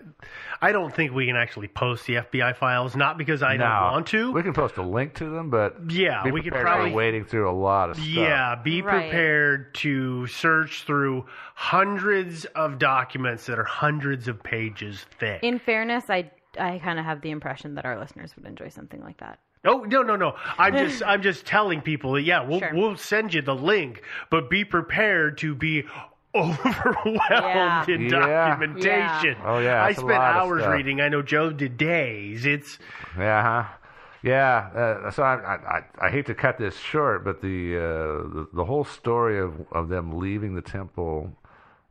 S5: I don't think we can actually post the FBI files. Not because I
S3: No.
S5: don't want to.
S3: We can post a link to them, but
S5: Yeah,
S3: be
S5: we could
S3: prepared for
S5: probably-
S3: wading through a lot of stuff.
S5: yeah, be
S4: Right.
S5: prepared to search through hundreds of documents that are hundreds of pages thick.
S4: In fairness, I I kind of have the impression that our listeners would enjoy something like that.
S5: oh no, no, no! I'm just I'm just telling people. that, Yeah, we'll
S4: Sure.
S5: we'll send you the link, but be (laughs) prepared to be overwhelmed
S4: Yeah.
S5: in
S3: Yeah.
S5: documentation.
S3: Yeah. Oh, yeah,
S5: I
S3: it's a
S5: spent
S3: lot of
S5: hours
S3: stuff.
S5: reading. I know Joe did days. It's
S3: Yeah, huh? yeah. Uh, so I, I I I hate to cut this short, but the uh, the, the whole story of of them leaving the temple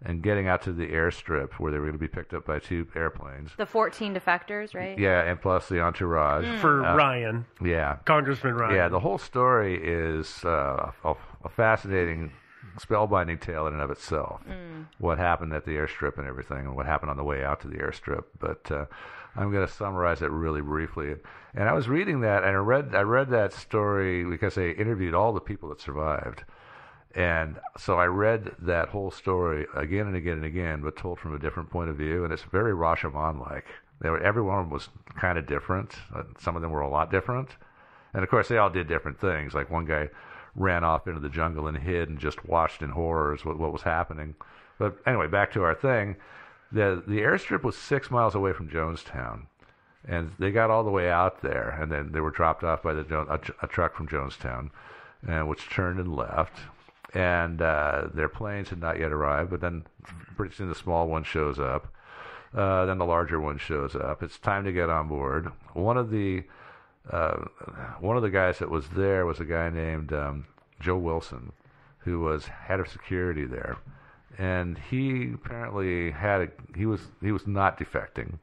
S3: and getting out to the airstrip where they were going to be picked up by two airplanes.
S4: The 14 defectors, right? Hmm.
S3: Yeah, and plus the entourage
S5: for
S3: Uh,
S5: Ryan,
S3: Yeah,
S5: Congressman Ryan.
S3: yeah. The whole story is uh, a, a fascinating, spellbinding tale in and of itself. What happened at the airstrip and everything, and what happened on the way out to the airstrip. But uh, I'm going to summarize it really briefly. And I was reading that, and I read I read that story because they interviewed all the people that survived. And so I read that whole story again and again and again, but told from a different point of view. And it's very Rashomon like. Everyone was kind of different. Uh, Some of them were a lot different. And of course, they all did different things. Like one guy ran off into the jungle and hid and just watched in horror as what, what was happening. But anyway, back to our thing. The, the airstrip was six miles away from Jonestown. And they got all the way out there. And then they were dropped off by the, Jo- a, tr- a truck from Jonestown, uh, which turned and left and uh, their planes had not yet arrived. But then, pretty soon, the small one shows up. Uh, then the larger one shows up. It's time to get on board. One of the uh, one of the guys that was there was a guy named um, Joe Wilson, who was head of security there, and he apparently had a, he was he was not defecting.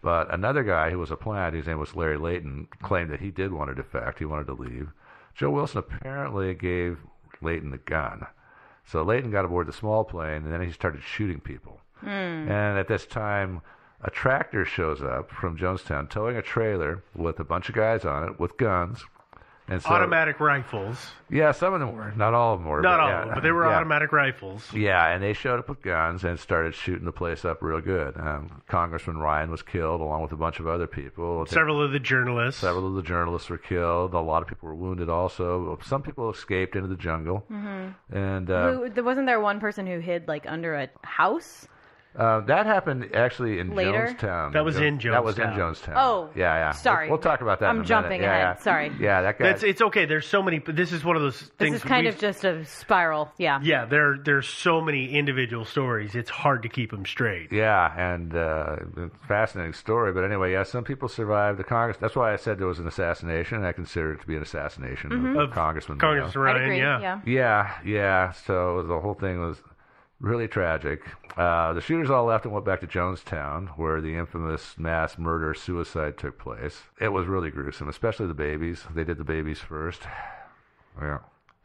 S3: But another guy who was a plant, whose name was Larry Layton, claimed that he did want to defect. He wanted to leave. Joe Wilson apparently gave Layton the gun. So Layton got aboard the small plane, and then he started shooting people. And at this time, a tractor shows up from Jonestown towing a trailer with a bunch of guys on it with guns. And so,
S5: automatic rifles.
S3: Yeah, some of them were. Not all of them were.
S5: Not
S3: but
S5: all
S3: yeah,
S5: of them, but they were
S3: yeah.
S5: automatic rifles.
S3: Yeah, and they showed up with guns and started shooting the place up real good. Um, Congressman Ryan was killed along with a bunch of other people.
S5: Several of the journalists.
S3: Several of the journalists were killed. A lot of people were wounded also. Some people escaped into the jungle. Mm-hmm. And uh,
S4: Who, there- wasn't there one person who hid like under a house?
S3: uh, that happened actually in
S4: Later?
S3: Jonestown.
S5: That was in
S3: That was in
S5: Jonestown.
S3: Jonestown.
S4: Oh,
S3: yeah, yeah.
S4: sorry.
S3: We'll, we'll talk about that.
S4: I'm
S3: in a
S4: jumping
S3: minute. Yeah,
S4: ahead.
S3: yeah.
S4: Sorry.
S3: Yeah, that guy.
S5: That's it's okay. There's so many. This is one of those
S4: This
S5: things.
S4: is kind
S5: we've-
S4: of just a spiral. Yeah.
S5: yeah. There there's so many individual stories. It's hard to keep them straight.
S3: Yeah, and uh, fascinating story. But anyway, yeah, some people survived the Congress. That's why I said there was an assassination. I consider it to be an assassination
S4: Mm-hmm.
S3: of,
S5: Of
S3: Congressman. Mayo.
S5: Congressman Ryan.
S4: I'd agree.
S5: yeah.
S4: yeah.
S3: Yeah, yeah. So the whole thing was really tragic. Uh, the shooters all left and went back to Jonestown, where the infamous mass murder suicide took place. It was really gruesome, especially the babies. They did the babies first. Yeah,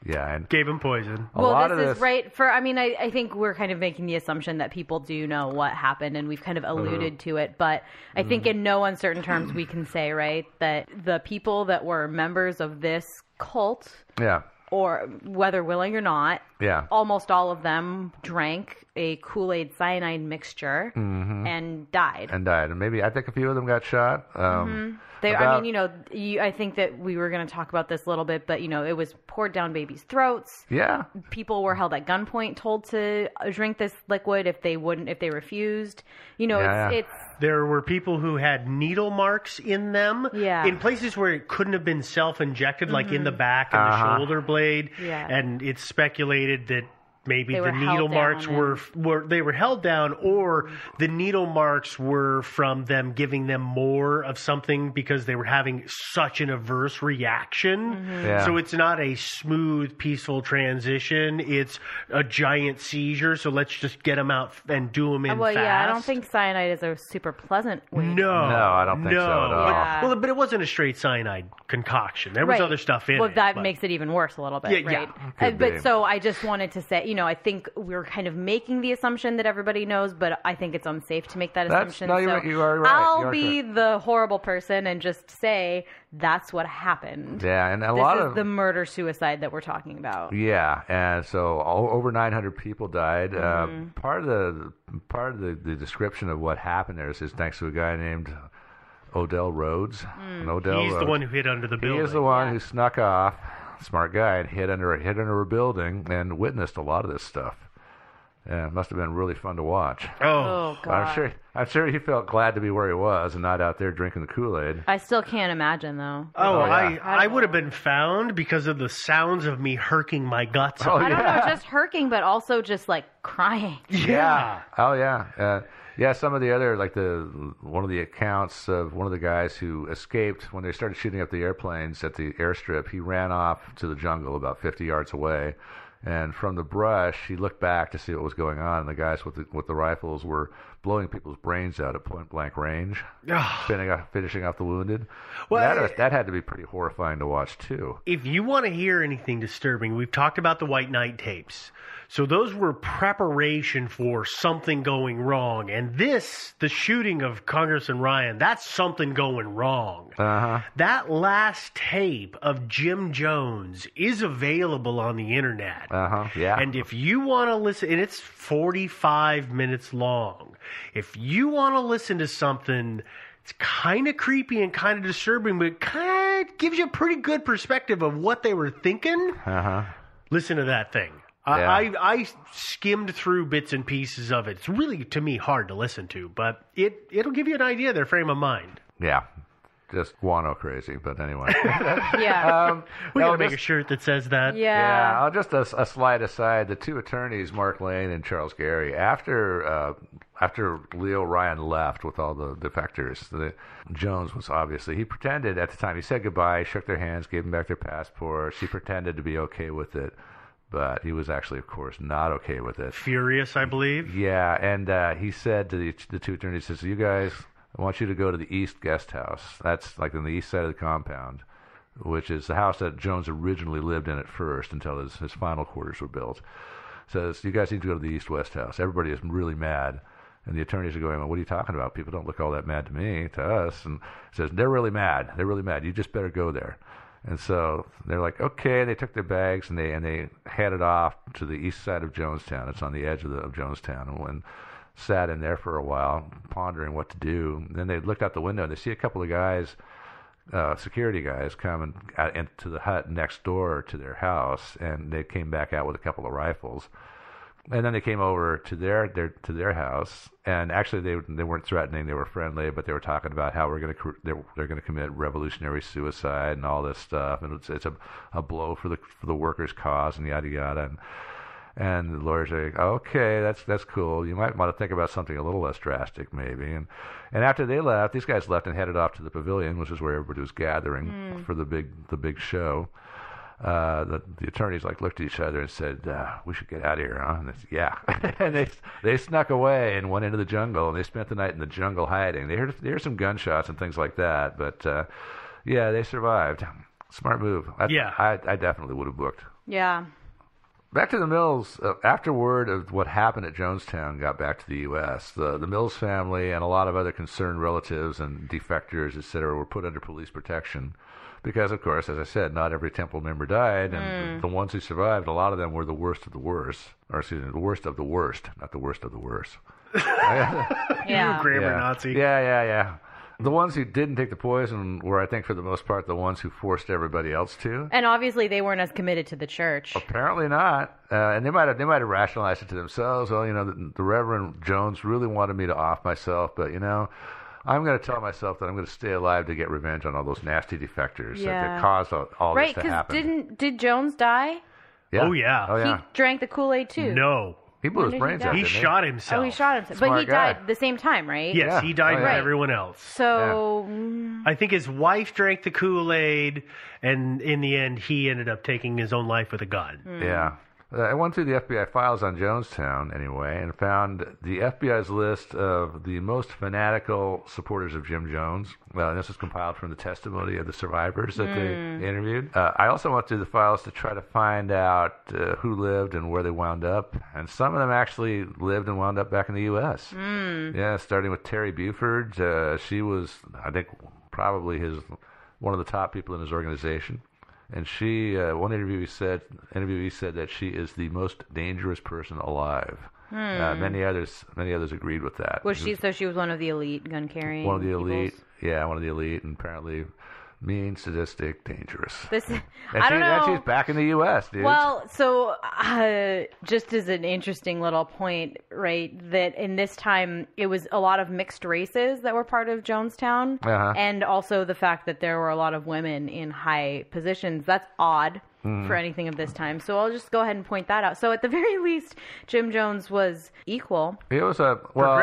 S3: yeah, and
S5: Gave him poison.
S3: a
S4: well,
S3: lot
S4: this
S3: of
S4: is right for. I mean, I, I think we're kind of making the assumption that people do know what happened, and we've kind of
S3: Mm-hmm.
S4: alluded to it. But I think, in no uncertain
S3: (clears throat)
S4: terms, we can say right that the people that were members of this cult,
S3: Yeah,
S4: or whether willing or not,
S3: yeah.
S4: almost all of them drank a Kool Aid cyanide mixture
S3: Mm-hmm.
S4: and died.
S3: and died, and maybe I think a few of them got shot. Um,
S4: Mm-hmm. They, I
S3: about-
S4: mean, you know, you, I think that we were going to talk about this a little bit, but you know, it was poured down babies' throats. Mm-hmm.
S3: Yeah,
S4: People were held at gunpoint, told to drink this liquid if they wouldn't, if they refused. You know,
S3: Yeah, yeah.
S4: it's, it's
S5: There were people who had needle marks in them.
S4: Yeah. Mm-hmm.
S5: In places where it couldn't have been self injected, like in the back and
S3: Uh-huh.
S5: the shoulder blade.
S4: Yeah.
S5: And it's speculated that maybe
S4: They
S5: the
S4: were held
S5: needle
S4: down
S5: marks
S4: and-
S5: were were they were held down or the needle marks were from them giving them more of something because they were having such an adverse reaction.
S4: Mm-hmm.
S3: Yeah.
S5: So it's not a smooth, peaceful transition. It's a giant seizure. So let's just get them out and do them in
S4: well,
S5: fast.
S4: yeah. I don't think cyanide is a super pleasant way.
S3: No,
S5: No,
S3: I don't think so at
S5: no.
S3: all.
S4: Yeah.
S5: Well, but it wasn't a straight cyanide concoction. There was
S4: Right.
S5: other stuff in
S4: well,
S5: it.
S4: that
S5: but-
S4: makes it even worse a little bit,
S5: Yeah, yeah.
S4: right?
S3: Could
S4: Uh,
S3: be.
S4: but so I just wanted to say, you know, I think we're kind of making the assumption that everybody knows, but I think it's unsafe to make that
S3: That's-
S4: assumption.
S3: no, you're-
S4: so
S3: you are right.
S4: I'll
S3: You are
S4: be the horrible person and just say that's what happened.
S3: yeah, and a
S4: This
S3: lot
S4: is
S3: of
S4: the murder suicide that we're talking about.
S3: Yeah, and so all, over 900 people died.
S4: Mm-hmm.
S3: Uh, part of the part of the, the description of what happened there is it's thanks to a guy named Odell Rhodes.
S4: Mm.
S3: And Odell
S5: he's the
S3: Rhodes-
S5: one who hit under the
S3: He
S5: building.
S3: is the one who snuck off, smart guy, and hid under a hid under a building and witnessed a lot of this stuff. Yeah, it must have been really fun to watch.
S4: Oh, God.
S3: I'm sure. I'm sure he felt glad to be where he was and not out there drinking the Kool Aid.
S4: I still can't imagine
S3: (laughs)
S4: though.
S5: Oh, I, I would have been found because of the sounds of me herking my guts
S3: Oh,
S5: out.
S4: I don't know, just herking, but also just like crying.
S5: Yeah.
S3: Oh yeah. Uh, yeah. Some of the other like the one of the accounts of one of the guys who escaped when they started shooting up the airplanes at the airstrip. He ran off to the jungle about 50 yards away. And from the brush, he looked back to see what was going on. And the guys with the, with the rifles were blowing people's brains out at point blank range, finishing off, finishing off the wounded.
S5: Well,
S3: that, that had to be pretty horrifying to watch, too.
S5: If you want to hear anything disturbing, we've talked about the White Knight tapes. So those were preparation for something going wrong. And this, the shooting of Congressman Ryan, that's something going wrong.
S3: Uh-huh.
S5: That last tape of Jim Jones is available on the internet.
S3: Uh-huh. Yeah.
S5: And if you want to listen, and it's 45 minutes long, if you want to listen to something it's kind of creepy and kind of disturbing, but kind of gives you a pretty good perspective of what they were thinking,
S3: Uh-huh.
S5: listen to that thing.
S3: Yeah.
S5: I, I I skimmed through bits and pieces of it. It's really to me hard to listen to, but it it'll give you an idea of their frame of mind.
S3: Yeah. Just guano crazy. But
S5: (laughs)
S3: anyway.
S4: Yeah.
S3: um,
S5: We
S3: no,
S5: gotta make a
S3: just-
S5: shirt that says that.
S4: Uh, yeah.
S3: I'll just uh, a, a slight aside. The two attorneys, Mark Lane and Charles Gary, after uh, after Leo Ryan left with all the defectors, the, Jones was obviously he pretended at the time. He said goodbye, shook their hands, gave them back their passports. She pretended to be okay with it, but he was actually, of course, not okay with it.
S5: Furious, I believe.
S3: Yeah, and uh, he said to the, the two attorneys, he says, "You guys, I want you to go to the east guest house. That's like on the east side of the compound, which is the house that Jones originally lived in at first until his, his final quarters were built." Says, "You guys need to go to the east west house. Everybody is really mad." And the attorneys are going, well, what are you talking about? People don't look all that mad to me, to us. And he says, they're really mad. They're really mad. You just better go there. And so they're like, okay. And they took their bags and they and they headed off to the east side of Jonestown. It's on the edge of, the, of Jonestown. And when sat in there for a while, pondering what to do, then they looked out the window and they see a couple of guys, uh, security guys, coming out into the hut next door to their house. And they came back out with a couple of rifles and then they came over to their, their to their house, and actually they they weren't threatening; they were friendly, but they were talking about how we're going to they're, they're going to commit revolutionary suicide and all this stuff, and it's it's a a blow for the for the workers' cause and yada yada. And and the lawyers are like, okay, that's that's cool. You might want to think about something a little less drastic, maybe. And and after they left, these guys left and headed off to the pavilion, which is where everybody was gathering for the big the big show uh, the, the attorneys like looked at each other and said, uh, "We should get out of here, huh?" And they said, "Yeah." (laughs) and they they snuck away and went into the jungle and they spent the night in the jungle hiding. They heard they heard some gunshots and things like that, but uh, yeah, they survived. Smart move. I,
S5: Yeah.
S3: I, I definitely would have booked.
S4: Yeah.
S3: Back to the Mills. Uh, after word of what happened at Jonestown got back to the U.S., the, the Mills family and a lot of other concerned relatives and defectors, et cetera, were put under police protection because, of course, as I said, not every Temple member died, and the ones who survived, a lot of them were the worst of the worst, or excuse me, the worst of the worst, not the worst of the worst.
S4: Yeah.
S5: Grammar
S3: yeah.
S5: Nazi.
S3: Yeah, yeah, yeah. The ones who didn't take the poison were, I think, for the most part, the ones who forced everybody else to.
S4: And obviously they weren't as committed to the church.
S3: Apparently not, uh, and they might have they might have rationalized it to themselves. Well, you know, the, the Reverend Jones really wanted me to off myself, but you know, I'm going to tell myself that I'm going to stay alive to get revenge on all those nasty defectors that,
S4: Yeah.
S3: that caused all, all
S4: Right,
S3: this to happen.
S4: didn't did Jones die?
S3: Yeah.
S5: Oh, yeah.
S3: oh yeah,
S4: He drank the Kool Aid too.
S5: No.
S3: he, blew his
S4: did he
S3: brains
S4: die?
S3: out.
S5: He
S3: didn't
S5: shot himself.
S4: Oh, he shot himself, but
S3: Smart
S4: he
S3: guy.
S4: died the same time, right?
S5: Yes,
S3: Yeah.
S5: he died
S3: Oh,
S5: with
S3: yeah.
S5: everyone else.
S4: So
S5: I think his wife drank the Kool Aid, and in the end, he ended up taking his own life with a gun.
S3: Yeah. Uh, I went through the FBI files on Jonestown anyway and found the FBI's list of the most fanatical supporters of Jim Jones. Uh, this was compiled from the testimony of the survivors that they interviewed. Uh, I also went through the files to try to find out uh, who lived and where they wound up. And some of them actually lived and wound up back in the U.S. Yeah, starting with Terry Buford. Uh, she was, I think, probably his one of the top people in his organization. And she, uh, one interview said, interviewee said that she is the most dangerous person alive.
S4: Hmm.
S3: Uh, many others, many others agreed with that.
S4: was she? So she was one of the elite gun carrying.
S3: one of the
S4: peoples?
S3: elite? Yeah, one of the elite, and apparently mean, sadistic, dangerous.
S4: (laughs) This, I
S3: And
S4: don't
S3: she- and
S4: know.
S3: she's back in the U.S., dude.
S4: Well, so uh, just as an interesting little point, right? That in this time it was a lot of mixed races that were part of Jonestown,
S6: Uh-huh.
S4: and also the fact that there were a lot of women in high positions. That's odd
S3: Hmm.
S6: Mhm.
S4: for anything of this time. So I'll just go ahead and point that out. So at the (laughs) very least, Jim Jones was equal.
S3: He was a well,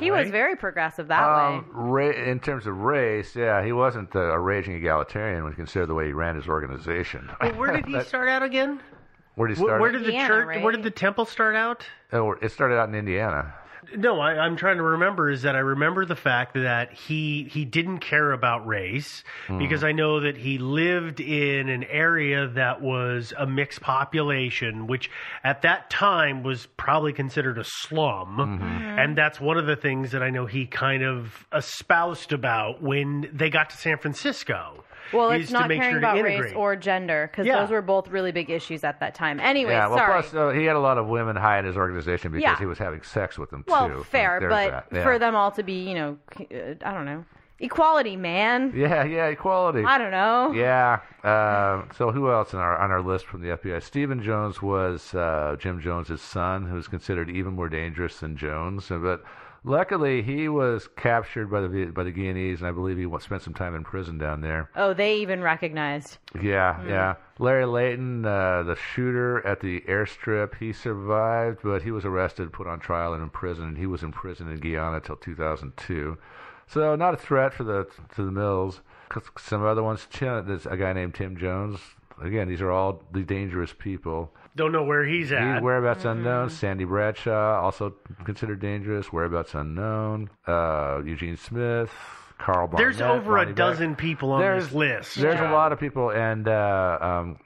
S4: he was very progressive that way.
S3: Um, ra- in terms of race, yeah, he wasn't uh, a raging egalitarian when you consider the way he ran his organization.
S5: Well, where did he
S3: That-
S5: start out again?
S3: (laughs) Where did he
S5: Where,
S3: start?
S5: where did the
S4: Indiana,
S5: church?
S4: right?
S5: Where did the temple start out?
S3: Oh, it started out in Indiana.
S5: No, I, I'm trying to remember. Is that I remember the fact that he he didn't care about race
S3: Hmm.
S5: because I know that he lived in an area that was a mixed population, which at that time was probably considered a slum,
S3: Mm-hmm.
S4: Mm-hmm.
S5: and that's one of the things that I know he kind of espoused about when they got to San Francisco.
S4: Well,
S5: is
S4: it's
S5: to
S4: not
S5: make
S4: caring
S5: sure to
S4: about race
S5: integrate.
S4: or gender because those were both really big issues at that time. Anyway,
S3: yeah, well,
S4: sorry.
S3: plus uh, he had a lot of women high in his organization because
S4: Yeah.
S3: he was having sex with them
S4: Well,
S3: too. Like,
S4: fair,
S3: there's
S4: but
S3: that. yeah.
S4: for them all to be, you know, c- uh, I don't know, equality, man.
S3: Yeah, yeah, equality.
S4: I don't know.
S3: Yeah. Uh, so who else on our on our list from the FBI? Stephen Jones was uh, Jim Jones's son, who was considered even more dangerous than Jones. Uh, But luckily, he was captured by the Vi- by the Guineas, and I believe he wa- spent some time in prison down there.
S4: Oh, they even recognized.
S3: Yeah,
S4: Hmm.
S3: yeah. Larry Layton, uh, the shooter at the airstrip, he survived, but he was arrested, put on trial, and imprisoned. He was imprisoned in Guyana till 2002. So not a threat for the to the mills. 'Cause Some other ones, Tim- there's a guy named Tim Jones. Again, these are all the dangerous people.
S5: Don't know where he's at.
S3: He- whereabouts
S5: Mm-hmm.
S3: unknown. Sandy Bradshaw, also considered dangerous. Whereabouts unknown. Uh, Eugene Smith, Carl Barnett.
S5: There's over
S3: Ronnie
S5: a
S3: Beck.
S5: dozen people on
S3: There's-
S5: this list.
S3: There's
S5: John.
S3: a lot of people, and uh, um,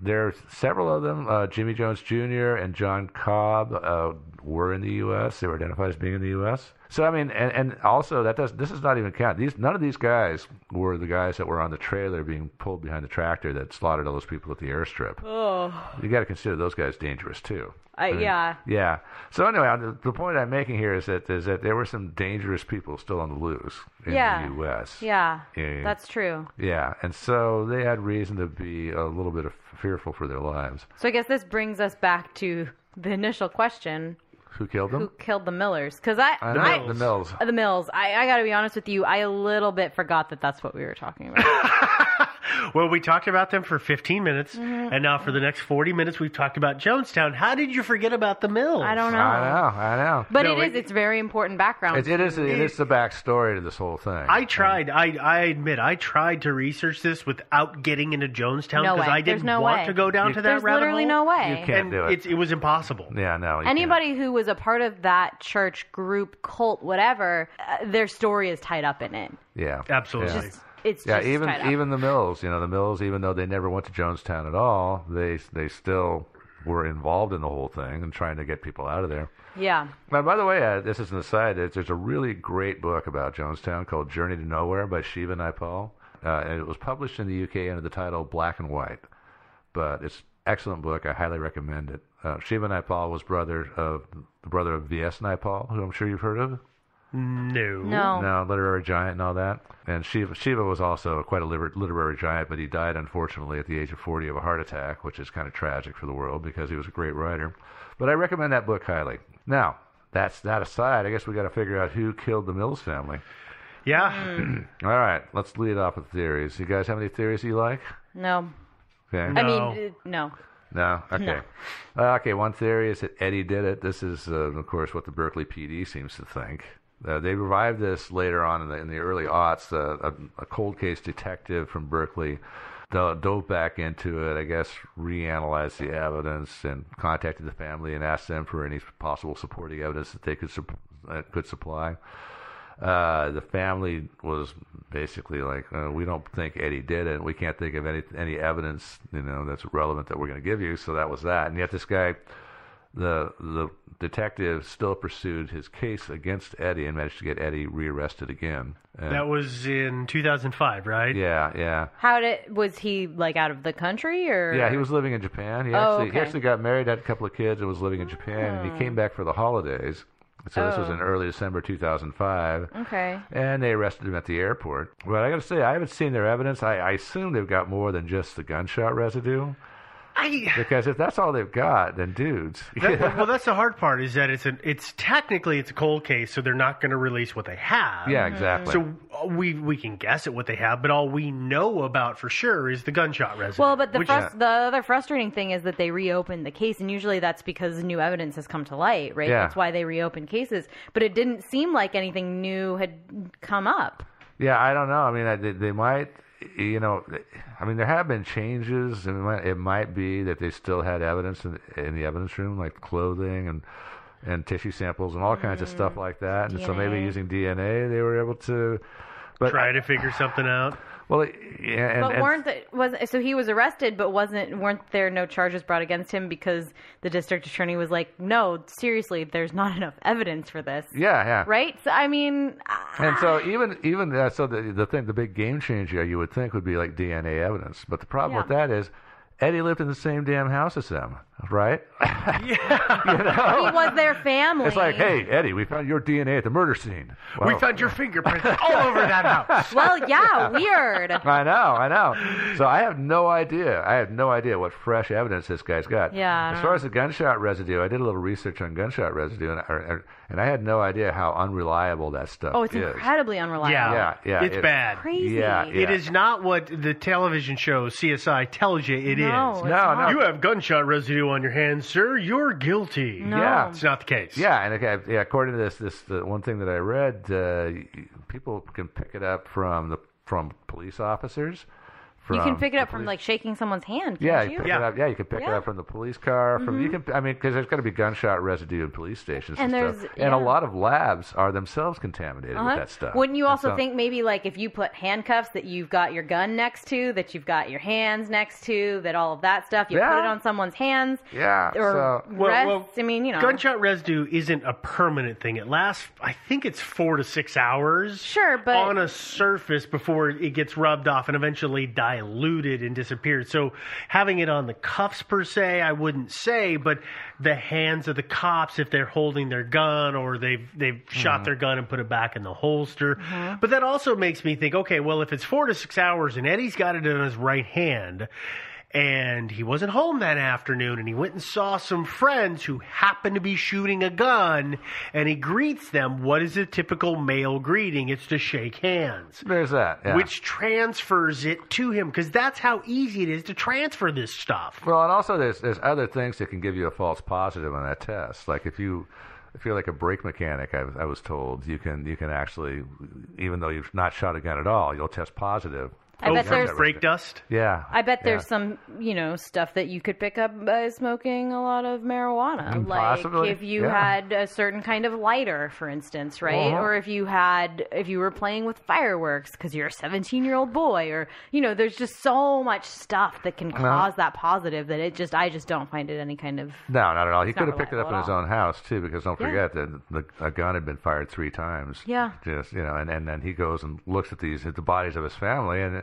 S3: there's several of them. Uh, Jimmy Jones Jr. and John Cobb uh, were in the U.S. They were identified as being in the U.S. So I mean, and, and also that does this is not even count. These none of these guys were the guys that were on the trailer being pulled behind the tractor that slaughtered all those people at the airstrip.
S4: Oh,
S3: You got to consider those guys dangerous too.
S4: I-
S3: mean,
S4: yeah.
S3: yeah. So anyway, I- the, the point I'm making here is that is that there were some dangerous people still on the loose in
S4: yeah.
S3: the U.S.
S4: Yeah,
S3: Yeah.
S4: that's true.
S3: Yeah, and so they had reason to be a little bit of fearful for their lives.
S4: So I guess this brings us back to (laughs) the initial question:
S3: Who killed them?
S4: Who killed the Millers? Because I,
S3: I know,
S4: I-
S3: the Mills.
S4: The Mills. I, I got to be honest with you. I a little bit forgot that that's what we were talking about.
S5: (laughs) Well, we talked about them for 15 minutes,
S4: Mhm.
S5: and now for the next 40 minutes, we've talked about Jonestown. How did you forget about the mills?
S4: I don't know.
S3: I know, I know.
S4: but it is. it's very important background.
S3: It, it is. It is the backstory to this whole thing.
S5: I tried. I, I admit, I tried to research this without getting into Jonestown
S4: No
S5: because
S4: way.
S5: I
S4: There's
S5: didn't
S4: no
S5: want
S4: way.
S5: to go down
S4: You-
S5: to that
S4: There's
S5: rabbit
S4: literally no
S5: hole.
S4: way. You can't
S5: And
S3: do it.
S5: It's, it was impossible.
S3: Yeah, no. you can't.
S4: Anybody who was a part of that church group, cult, whatever, uh, their story is tied up in it.
S3: Yeah,
S5: absolutely.
S3: Yeah.
S4: Just- it's
S3: yeah,
S4: just
S3: even
S4: tied up.
S3: even the Mills. You know, the Mills. Even though they never went to Jonestown at all, they they still were involved in the whole thing and trying to get people out of there.
S4: Yeah.
S3: Now, by the way, uh, this is an aside. There's, there's a really great book about Jonestown called Journey to Nowhere by Shiva Naipaul. Uh, and it was published in the UK under the title Black and White. But it's excellent book. I highly recommend it. Uh, Shiva Naipaul was brother of the brother of V.S. Naipaul, who I'm sure you've heard of.
S5: No.
S4: Oh.
S3: No, literary giant and all that. And Shiva, Shiva was also quite a liter- literary giant, but he died unfortunately at the age of 40 of a heart attack, which is kind of tragic for the world because he was a great writer. But I recommend that book highly. Now, that's that aside, I guess we got to figure out who killed the Mills family.
S5: Yeah.
S4: Mm-hmm.
S3: all right, let's lead off with theories. You guys have any theories you like?
S4: No.
S3: Okay.
S4: I mean, uh, no.
S3: No. Okay. Uh, okay. One theory is that Eddie did it. This is, uh, of course, what the Berkeley PD seems to think. Uh, they revived this later on in the, in the early aughts. Uh, a, a cold case detective from Berkeley do- dove back into it. I guess reanalyzed the evidence and contacted the family and asked them for any possible supporting evidence that they could sup- uh, could supply. Uh, the family was basically like, uh, we don't think Eddie did it. We can't think of any any evidence, you know, that's relevant that we're going to give you. So that was that. And yet this guy, the the detective, still pursued his case against Eddie and managed to get Eddie rearrested again. And-
S5: That was in 2005, right?
S3: yeah, yeah.
S4: How did was he like out of the country or?
S3: Yeah, he was living in Japan. He
S4: Oh,
S3: actually he
S4: okay.
S3: actually got married, had a couple of kids, and was living in Japan. And he came back for the holidays, So this was
S4: Oh.
S3: in early December 2005.
S4: Okay.
S3: And they arrested him at the airport. But I got to say, I haven't seen their evidence. I, I assume they've got more than just the gunshot residue.
S5: I,
S3: because if that's all they've got, then dudes. (laughs)
S5: That- well, that's the hard part is that it's an it's technically it's a cold case, so they're not going to release what they have.
S3: Yeah, exactly.
S5: So uh, we we can guess at what they have, but all we know about for sure is the gunshot residue.
S4: Well, but the
S5: which- uh,
S4: frus- the other frustrating thing is that they reopened the case, and usually that's because new evidence has come to light, right?
S3: Yeah.
S4: That's why they reopen cases. But it didn't seem like anything new had come up.
S3: Yeah, I don't know. I mean, I, they, they might, you know, I mean, there have been changes, and it might, it might be that they still had evidence in, in the evidence room, like clothing and and tissue samples and all kinds of
S5: Mm.
S3: stuff like that. And so maybe
S4: DNA.
S3: using DNA, they were able to. But
S5: try to figure something out.
S3: well, it- yeah, and,
S4: but
S3: and-
S4: weren't the, was so he was arrested, but wasn't weren't there no charges brought against him because the district attorney was like, no, seriously, there's not enough evidence for this,
S3: yeah, yeah,
S4: right? So I mean, ah,
S3: And so even even uh, so the the thing the big game changer you would think would be like DNA evidence, but the problem with that is Eddie lived in the same damn house as them, right?
S4: he was their family.
S3: It's (laughs) like, hey, Eddie, we found your DNA at the murder scene.
S5: We
S3: Wow.
S5: found your fingerprints all over that house.
S4: well, yeah, weird.
S3: I know, I know. So I have no idea. I have no idea what fresh evidence this guy's got.
S4: Yeah, I
S3: As
S4: don't
S3: far as the gunshot residue, I did a little research on gunshot residue, and I, er, and I had no idea how unreliable that stuff
S4: Oh, it's
S3: is.
S4: incredibly unreliable.
S5: (laughs) Yeah,
S3: Yeah, yeah,
S5: It's
S3: it-
S5: bad.
S4: Crazy.
S3: Yeah, yeah.
S5: It is not what the television show CSI tells you it is.
S4: No, it's
S3: No, no.
S4: not.
S5: You have gunshot residue on your hands, sir. You're guilty.
S4: No.
S3: Yeah.
S5: It's not the case.
S3: Yeah, and okay, yeah, according to this, this the one thing that I read, uh, y- y- people can pick it up from the from police officers. From
S4: you can pick it
S3: the
S4: up from
S3: police-
S4: like shaking someone's hand.
S3: Yeah,
S4: can't
S3: you
S4: you?
S3: pick
S5: Yeah.
S3: it up. Yeah, you can pick it
S4: Yeah. Mm-hmm.
S3: up from the police car. From you can, I mean, because there's going to be gunshot residue in police stations and,
S4: And
S3: stuff.
S4: there's-
S3: And a
S4: yeah.
S3: lot of labs are themselves contaminated
S4: Uh-huh.
S3: with that stuff.
S4: Wouldn't you
S3: And
S4: also
S3: so-
S4: think maybe like if you put handcuffs that you've got your gun next to, that you've got your hands next to, that all of that stuff, you
S3: Yeah.
S4: put it on someone's hands
S3: Yeah.
S4: or
S3: so,
S4: rests? I mean, you know,
S5: gunshot residue isn't a permanent thing. It lasts, I think it's four to six hours.
S4: Sure, but-
S5: on a surface before it gets rubbed off and eventually diluted and disappeared. So having it on the cuffs per se, I wouldn't say, but the hands of the cops if they're holding their gun or they've they've shot their gun and put it back in the holster.
S4: Mm-hmm.
S5: But that also makes me think, okay, well if it's four to six hours and Eddie's got it in his right hand and he wasn't home that afternoon and he went and saw some friends who happened to be shooting a gun and he greets them what is a typical male greeting it's to shake hands
S3: there's that. Yeah.
S5: which transfers it to him because that's how easy it is to transfer this stuff
S3: Well, and also there's there's other things that can give you a false positive on that test. Like if you if you're like a brake mechanic, I, was- I was told you can you can actually even though you've not shot a gun at all, you'll test positive.
S4: I bet
S5: Over
S4: there's.
S5: brake dust
S3: Yeah,
S4: I bet there's
S3: yeah.
S4: some, you know, stuff that you could pick up by smoking a lot of marijuana.
S3: Mm,
S4: like
S3: possibly,
S4: if you
S3: yeah.
S4: had a certain kind of lighter, for instance, right?
S3: Uh-huh.
S4: Or if you had, if you were playing with fireworks because you're a 17 year old boy, or you know, there's just so much stuff that can cause that positive that it just, I just don't find it any kind of.
S3: No, not at all. He
S4: It's
S3: could
S4: not
S3: have picked it up in
S4: reliable
S3: his
S4: at all.
S3: own house too, because don't
S4: Yeah.
S3: forget that the, a gun had been fired three times.
S4: Yeah.
S3: just you know, and, and then he goes and looks at these at the bodies of his family, and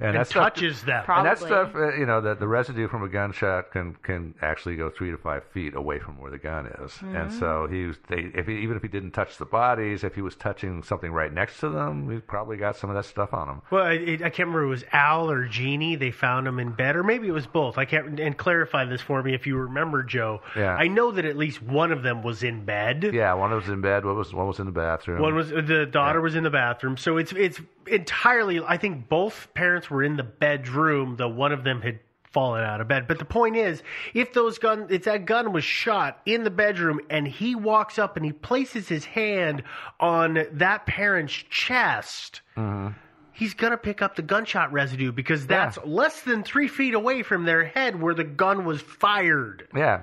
S3: and,
S5: and
S3: that stuff-
S5: touches them
S4: Prob-
S3: And that
S4: Probably.
S3: stuff, uh, you know, the, the residue from a gunshot can can actually go three to five feet away from where the gun is. And
S4: Mm-hmm.
S3: so he was, they, if he, even if he didn't touch the bodies, if he was touching something right next to them, he probably got some of that stuff on him.
S5: well, it, it- I can't remember. It was Al or Jeannie. They found him in bed, or maybe it was both. I can't. And clarify this for me if you remember, Joe.
S3: Yeah.
S5: I know that at least one of them was in bed.
S3: Yeah, one was in bed. One was one was in the bathroom.
S5: One was the daughter was in the bathroom, so it's it's entirely. I think both parents were in the bedroom, though one of them had fallen out of bed. But the point is, if those gun, if that gun was shot in the bedroom, and he walks up and he places his hand on that parent's chest. He's gonna pick up the gunshot residue because that's less than three feet away from their head where the gun was fired.
S3: yeah.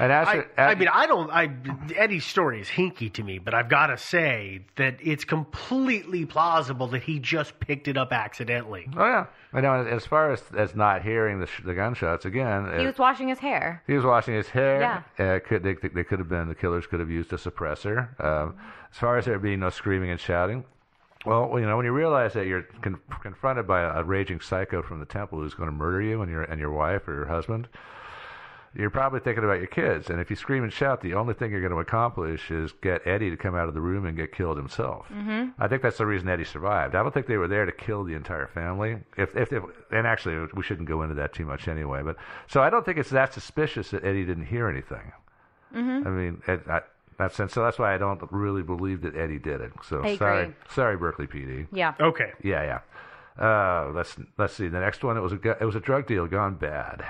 S3: And as
S5: I, I mean, I don't. I Eddie's story is hinky to me, but I've got to say that it's completely plausible that he just picked it up accidentally.
S3: oh yeah, I know. As far as as not hearing the, sh- the gunshots again,
S4: He
S3: it-
S4: was washing his hair.
S3: He was washing his hair. Uh, could they, they could have been the killers could have used a suppressor. Um, as far as there being no screaming and shouting, well, you know when you realize that you're con- confronted by a, raging psycho from the temple who's going to murder you and your and your wife or your husband, you're probably thinking about your kids. And if you scream and shout, the only thing you're going to accomplish is get Eddie to come out of the room and get killed himself.
S4: Mhm.
S3: I think that's the reason Eddie survived. I don't think they were there to kill the entire family. If, if, if and actually, we shouldn't go into that too much anyway. But so I don't think it's that suspicious that Eddie didn't hear anything.
S4: Mm-hmm.
S3: I mean, it, I, that's and so that's why I don't really believe that Eddie did it. So
S4: I
S3: sorry,
S4: agree.
S3: sorry, Berkeley PD.
S4: Yeah.
S5: Okay.
S3: Yeah, yeah. Uh, let's let's see. The next one it was a gu- it was a drug deal gone bad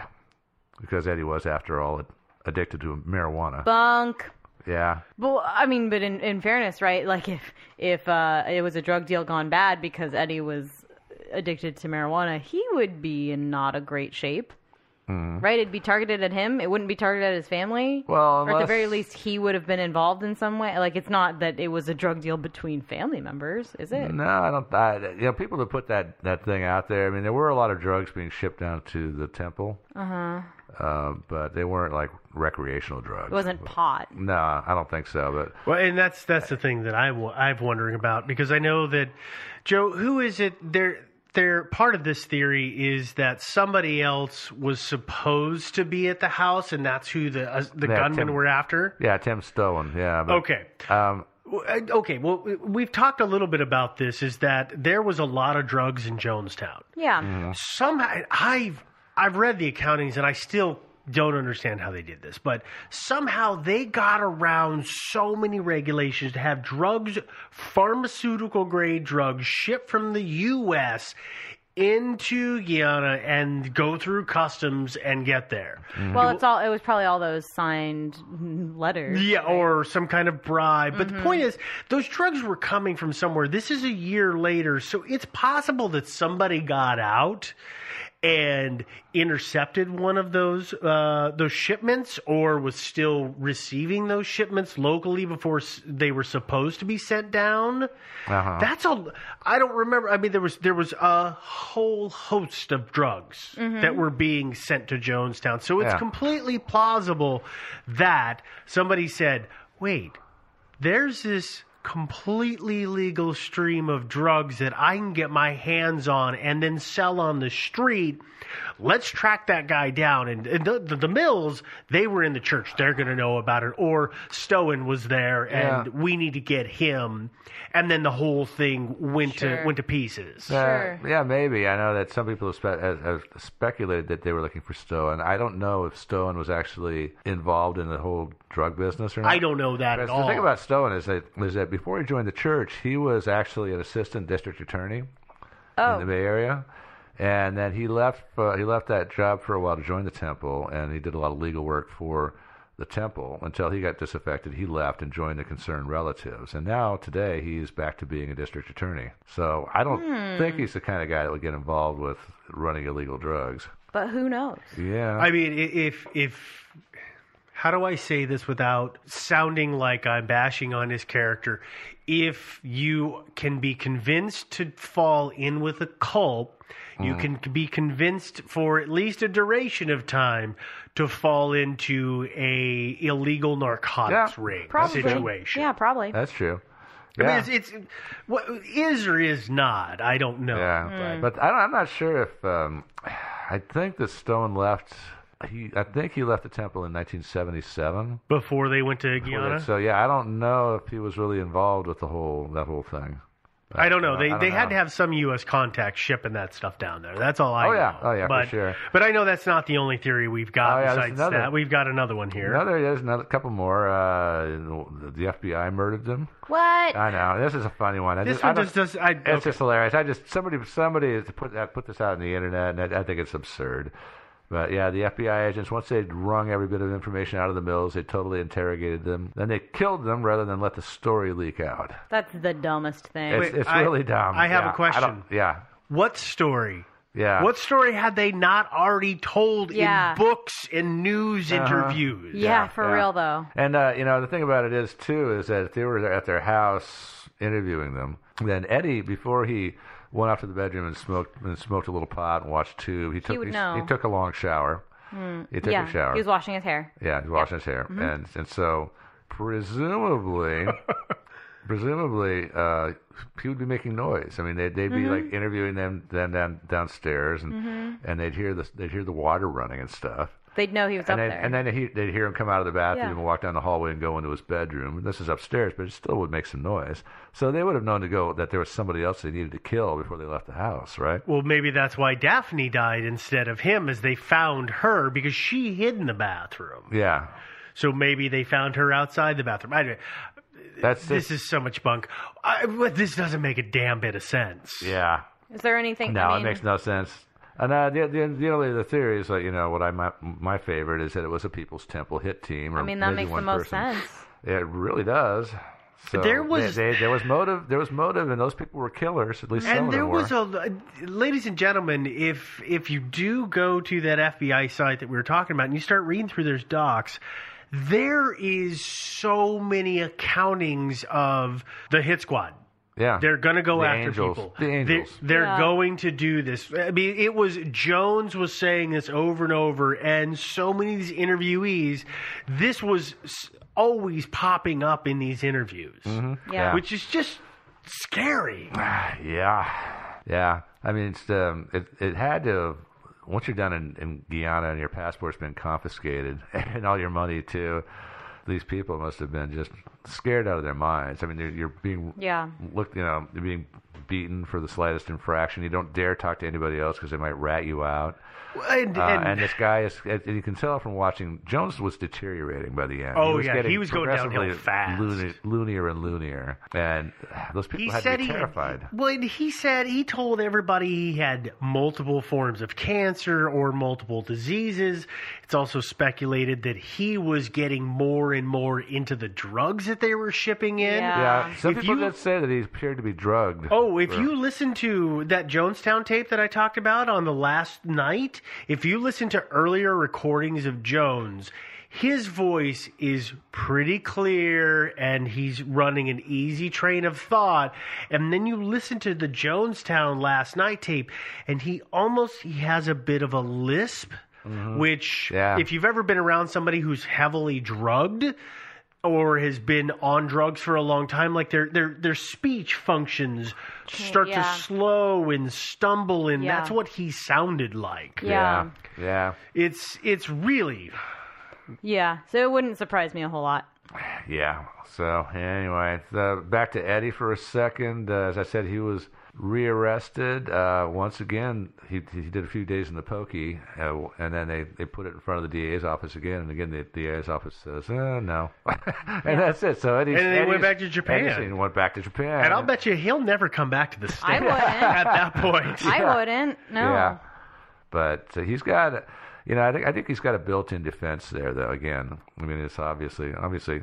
S3: because Eddie was after all addicted to marijuana.
S4: Bunk.
S3: yeah.
S4: Well, I mean, but in, in fairness, right? Like if if uh, it was a drug deal gone bad because Eddie was addicted to marijuana, he would be in not a great shape,
S3: Mhm.
S4: right? It'd be targeted at him. It wouldn't be targeted at his family. or
S3: Well,
S4: at the
S3: unless-
S4: very least, he would have been involved in some way. Like it's not that it was a drug deal between family members, is it?
S3: No, I don't. I, you know, people that put that that thing out there. I mean, there were a lot of drugs being shipped down to the temple,
S4: Uh huh.
S3: uh, but they weren't like recreational drugs.
S4: It wasn't pot.
S3: No, I don't think so. But
S5: Well, and that's that's the thing that I wa- I'm wondering about because I know that Joe, who is it? There, there. Part of this theory is that somebody else was supposed to be at the house, and that's who the uh, the
S3: Yeah,
S5: gunmen
S3: Tim-
S5: were after.
S3: yeah, Tim Stowen. Yeah. But,
S5: Okay.
S3: Um,
S5: Well, I- Okay, well, we've talked a little bit about this. Is that there was a lot of drugs in Jonestown?
S4: Yeah.
S5: Somehow, I've I've read the accountings, and I still don't understand how they did this. But somehow they got around so many regulations to have drugs, pharmaceutical grade drugs, shipped from the U.S. into Guyana and go through customs and get there.
S4: Well, it's all. It was probably all those signed letters.
S5: Yeah, or some kind of bribe. But the point is, those drugs were coming from somewhere. This is a year later, so it's possible that somebody got out and intercepted one of those uh, those shipments, or was still receiving those shipments locally before s- they were supposed to be sent down.
S3: uh-huh.
S5: That's all. I don't remember. I mean, there was there was a whole host of drugs that were being sent to Jonestown. So
S3: Mm-hmm.
S5: it's
S3: Yeah.
S5: completely plausible that somebody said, "Wait, there's this." Completely legal stream of drugs that I can get my hands on and then sell on the street. Let's track that guy down. And, and the, the, the Mills, they were in the church. They're going to know about it. Or Stowen was there and
S3: Yeah.
S5: we need to get him and then the whole thing went
S4: Sure.
S5: to went to pieces
S3: Uh, yeah, maybe. I know that some people have, spe- have, have speculated that they were looking for Stone. I don't know if Stone was actually involved in the whole drug business or not.
S5: i don't know that at
S3: Because
S5: all
S3: The thing about Stone is that is that before he joined the church, he was actually an assistant district attorney in the
S4: Oh.
S3: Bay Area, and then he left. Uh, he left that job for a while to join the temple, and he did a lot of legal work for the temple until he got disaffected. He left and joined the Concerned Relatives, and now today he's back to being a district attorney. So I don't
S5: Hmm.
S3: think he's the kind of guy that would get involved with running illegal drugs.
S4: But who knows?
S3: Yeah,
S5: i mean i- if if how do i say this without sounding like i'm bashing on his character if you can be convinced to fall in with a cult you
S3: Hmm.
S5: can be convinced for at least a duration of time to fall into a illegal narcotics
S3: Yeah.
S5: ring
S4: Probably.
S5: situation.
S4: Yeah, probably.
S3: that's true.
S5: I
S3: Yeah.
S5: mean, it's, it's what is or is not. I don't know.
S3: Yeah, but, but I don't, I'm not sure if um, I think that Stone left. He, I think he left the temple in 1977.
S5: Before they went to Guyana,
S3: So yeah, I don't know if he was really involved with the whole that whole thing.
S5: I don't know.
S3: uh, I
S5: They
S3: don't
S5: they had
S3: know.
S5: to have some U.S. contact shipping that stuff down there. That's all I.
S3: Oh,
S5: know.
S3: yeah. Oh, yeah, for
S5: But,
S3: sure.
S5: But I know that's not the only theory we've got.
S3: Oh, yeah, there's
S5: besides
S3: another-
S5: that, we've got another one here.
S3: Another, there's another couple more. Uh, the FBI murdered them.
S4: What?
S3: I know this is a funny one. I
S5: This
S3: just,
S5: one
S3: I don't-
S5: just does. I,
S3: It's just hilarious. I just somebody somebody has put that put this out on the internet, and I, I think it's absurd. But yeah, the FBI agents once they'd wrung every bit of information out of the mills, they totally interrogated them. Then they killed them rather than let the story leak out.
S4: That's the dumbest thing.
S3: It's,
S5: Wait,
S3: it's
S5: I-
S3: really dumb.
S5: I have a
S3: Yeah,
S5: question.
S3: don't- yeah,
S5: what story?
S3: yeah.
S5: What story had they not already told
S4: Yeah.
S5: in books and news
S3: Uh-huh.
S5: interviews?
S4: yeah, Ah, for
S3: yeah.
S4: real though.
S3: And uh, you know the thing about it is too is that if they were at their house interviewing them, then Eddie before he went off to the bedroom and smoked and smoked a little pot and watched Tube, he took
S4: would
S3: he,
S4: know. Hmm.
S3: he took a long shower. He took
S4: yeah,
S3: a shower.
S4: he was washing his hair.
S3: yeah, he's washing his hair,
S4: Mm-hmm.
S3: and and so
S4: (laughs)
S3: presumably. Presumably, uh, he would be making noise. I mean, they'd, they'd be
S4: Mm-hmm.
S3: like interviewing them, them down, downstairs, and and they'd hear the they'd hear the water running and stuff.
S4: They'd know he was
S3: and
S4: up
S3: then,
S4: there.
S3: And then he, they'd hear him come out of the bathroom
S4: Yeah.
S3: and walk down the hallway and go into his bedroom. This is upstairs, but it still would make some noise. So they would have known to go that there was somebody else they needed to kill before they left the house, right?
S5: Well, maybe that's why Daphne died instead of him, as they found her because she hid in the bathroom.
S3: Yeah.
S5: So maybe they found her outside the bathroom. I,
S3: That's
S5: this is so much bunk. I, what- this doesn't make a damn bit of sense.
S3: Yeah.
S4: Is there anything?
S3: No,
S4: I mean,
S3: it makes no sense. And uh, the, the the only other theory is like you know what I my, my favorite is that it was a People's Temple hit team. Or
S4: I mean that
S3: maybe
S4: makes the
S3: one
S4: most
S3: person.
S4: sense.
S3: It really does. So
S5: There
S3: they-
S5: was-
S3: they- there was motive. There was motive, and those people were killers. At least some
S5: And
S3: of
S5: there
S3: them were.
S5: was a, ladies and gentlemen, if if you do go to that FBI site that we were talking about, and you start reading through those docs, there is so many accountings of the hit squad.
S3: yeah.
S5: They're going to go
S3: The
S5: after
S3: Angels.
S5: people.
S3: The Angels.
S5: They're, they're
S4: Yeah.
S5: going to do this. I mean, it was Jones was saying this over and over, and so many of these interviewees, this was s- always popping up in these interviews,
S3: Mm-hmm.
S4: Yeah.
S5: which is just scary.
S3: Ah. Yeah, yeah. I mean, it's um, it it had to. Once you're done in, in Guyana and your passport's been confiscated (laughs) and all your money too, these people must have been just scared out of their minds. I mean, you're, you're being
S4: Yeah.
S3: looked, you know, you're being beaten for the slightest infraction. You don't dare talk to anybody else because they might rat you out.
S5: And,
S3: Uh,
S5: and-
S3: and this guy is, and you can tell from watching, Jones was deteriorating by the end.
S5: Oh, yeah, he was going downhill
S3: progressively
S5: fast.
S3: Loony, loonier and loonier. And uh, those people
S5: he
S3: had
S5: said
S3: to be
S5: he
S3: terrified.
S5: well, and he said he told everybody he had multiple forms of cancer or multiple diseases. It's also speculated that he was getting more and more into the drugs that they were shipping in.
S4: Yeah.
S3: Yeah, some
S5: If
S3: people
S5: you-
S3: did say that he appeared to be drugged.
S5: Oh, if
S3: Or-
S5: you listen to that Jonestown tape that I talked about on the last night, if you listen to earlier recordings of Jones, his voice is pretty clear and he's running an easy train of thought. And then you listen to the Jonestown last night tape and he almost he has a bit of a lisp, which
S3: Yeah.
S5: if you've ever been around somebody who's heavily drugged, or has been on drugs for a long time, like their their their speech functions start
S4: yeah.
S5: to slow and stumble, and
S4: Yeah.
S5: that's what he sounded like.
S4: yeah.
S3: yeah,
S5: It's it's really
S4: Yeah. So it wouldn't surprise me a whole lot.
S3: yeah. So anyway, uh, back to Eddie for a second. Uh, as I said, he was rearrested uh, once again. He he did a few days in the pokey, uh, and then they, they put it in front of the DA's office again. And again, the, the DA's office says, uh, "No," (laughs) and that's it. So Eddie
S5: And then he went back to Japan.
S3: And went back to Japan.
S5: and I'll bet you he'll never come back to the
S4: I
S5: state
S4: wouldn't.
S5: (laughs) at that point.
S4: I wouldn't. No.
S3: Yeah. But uh, he's got, you know, I think I think he's got a built-in defense there, though. Again, I mean, it's obviously obviously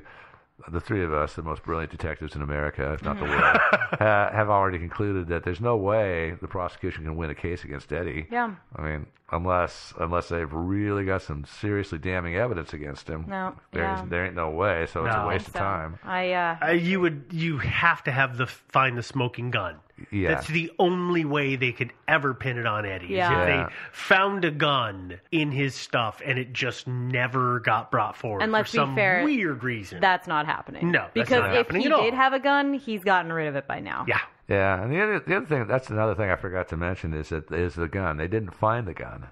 S3: the three of us, the most brilliant detectives in America, if not the
S4: (laughs)
S3: world, uh, have already concluded that there's no way the prosecution can win a case against Eddie.
S4: Yeah.
S3: I mean, unless unless they've really got some seriously damning evidence against him.
S4: No,
S3: There
S4: yeah.
S3: is- there ain't no way. So it's a
S5: No.
S3: waste of
S4: So,
S3: time.
S4: I uh,
S5: Uh, you would you have to have the find the smoking gun.
S3: Yeah.
S5: That's the only way they could ever pin it on Eddie. is
S4: Yeah.
S5: If
S3: Yeah.
S5: they found a gun in his stuff and it just never got brought forward
S4: And let's
S5: for
S4: be
S5: some
S4: fair,
S5: weird reason.
S4: that's not happening.
S5: No, that's
S4: Because
S5: not
S4: if
S5: happening
S4: he
S5: at all.
S4: did have a gun, he's gotten rid of it by now.
S5: yeah.
S3: Yeah, and the other the other thing that's another thing I forgot to mention is that is the gun. They didn't find the gun.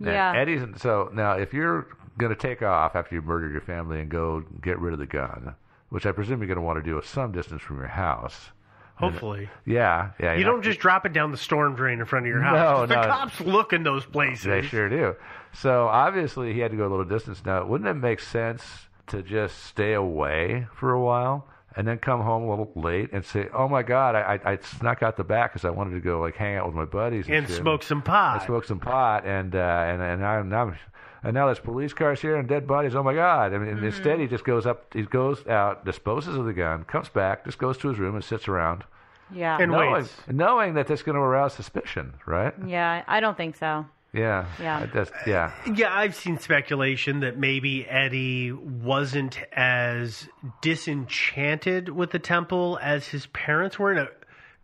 S3: Now,
S4: Yeah.
S3: Eddie's so now if you're gonna take off after you murdered your family and go get rid of the gun, which I presume you're gonna want to do at some distance from your house.
S5: Hopefully.
S3: Yeah, yeah.
S5: You
S3: you're not-
S5: don't just drop it down the storm drain in front of your
S3: No,
S5: house. the
S3: no.
S5: cops look in those places.
S3: They sure do. So obviously he had to go a little distance. Now, wouldn't it make sense to just stay away for a while and then come home a little late and say, "Oh my God, I I, I snuck out the back because I wanted to go like hang out with my buddies and,
S5: And
S3: shit."
S5: smoke some pot.
S3: I smoked some pot, and uh, and and I'm, and I'm and now there's police cars here and dead bodies. Oh my God! I mean,
S4: Mm-hmm.
S3: instead he just goes up, he goes out, disposes of the gun, comes back, just goes to his room and sits around,
S4: Yeah.
S5: And
S3: knowing,
S5: waits.
S3: knowing that that's going to arouse suspicion, right?
S4: yeah. I don't think so.
S3: Yeah,
S4: Yeah.
S3: I just, yeah.
S5: Yeah, I've seen speculation that maybe Eddie wasn't as disenchanted with the temple as his parents were. Now,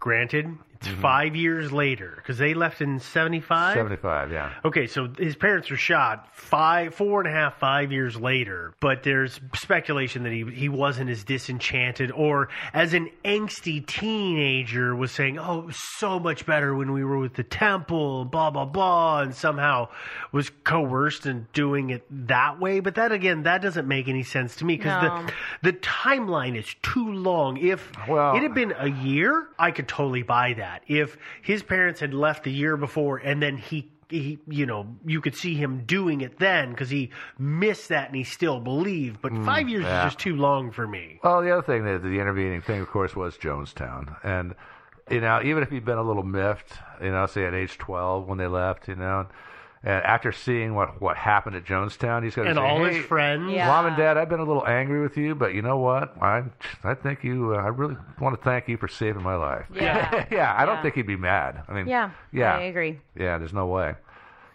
S5: granted, mm-hmm. five years later because they left in 75?
S3: 75, yeah.
S5: Okay, so his parents were shot five, four and a half, five years later, but there's speculation that he, he wasn't as disenchanted or as an angsty teenager was saying, oh, it was so much better when we were with the temple, blah, blah, blah, and somehow was coerced and doing it that way. But that, again, that doesn't make any sense to me because
S4: No.
S5: the, the timeline is too long. If
S3: Well-
S5: it had been a year, I could totally buy that. If his parents had left the year before and then he he you know you could see him doing it then because he missed that and he still believed but five years
S3: Mm, yeah.
S5: is just too long for me
S3: Well, the other thing, that the intervening thing, of course, was Jonestown, and you know, even if he'd been a little miffed, you know, say at age twelve when they left, you know, and after seeing what what happened at Jonestown, he's going to
S5: and
S3: say,
S5: all
S3: hey,
S5: his friends
S4: Yeah.
S3: Mom and Dad, I've been a little angry with you, but you know what? I I think you. Uh, I really want to thank you for saving my life.
S4: Yeah.
S3: (laughs) yeah. I
S4: Yeah.
S3: don't think he'd be mad. I mean,
S4: Yeah.
S3: yeah,
S4: I agree.
S3: yeah. There's no way.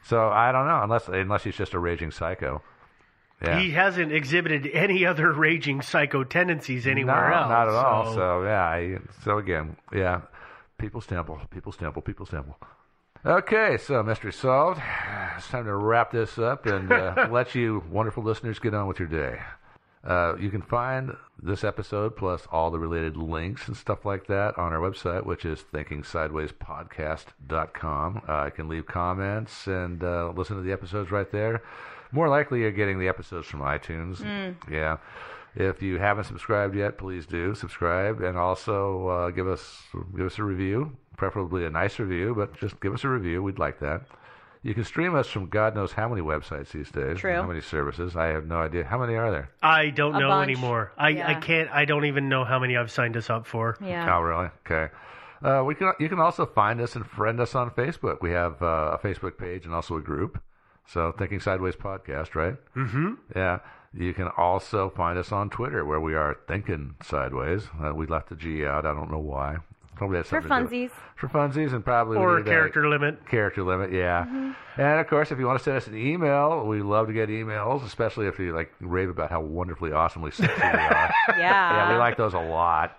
S3: So I don't know, unless unless he's just a raging psycho. Yeah.
S5: he hasn't exhibited any other raging psycho tendencies anywhere
S3: no,
S5: else
S3: Not at all. So,
S5: so-
S3: yeah. I, so again, yeah. People's temple. People's temple. People's temple. Okay, so mystery solved. It's time to wrap this up and uh, (laughs) let you wonderful listeners get on with your day. Uh, you can find this episode plus all the related links and stuff like that on our website, which is thinkingsidewayspodcast.com. Uh, you can leave comments and uh, listen to the episodes right there. More likely, you're getting the episodes from iTunes. Yeah. If you haven't subscribed yet, please do subscribe and also uh, give us give us a review, preferably a nice review, but just give us a review. We'd like that. You can stream us from God knows how many websites these days.
S4: True.
S3: How many services? I have no idea. How many are there?
S5: i don't
S4: A
S5: know
S4: bunch.
S5: anymore I, I
S4: Yeah.
S5: can't i don't even know how many i've signed us up for
S4: Yeah.
S3: Oh, really? Okay. Uh, we can you can also find us and friend us on Facebook. We have uh, a Facebook page and also a group. So Thinking Sideways podcast, right? Mm-hmm. Yeah. You can also find us on Twitter, where we are Thinking Sideways. Uh, we left the G out. I don't know why. Probably has
S4: For
S3: something to do with-
S4: funsies.
S3: For funsies, and probably we
S5: or a
S3: need
S5: character limit
S3: character limit, yeah. And of course, if you want to send us an email, we love to get emails, especially if you like rave about how wonderfully, awesomely sexy we are.
S4: Yeah.
S3: Yeah,
S4: Uh,
S3: we like those a lot.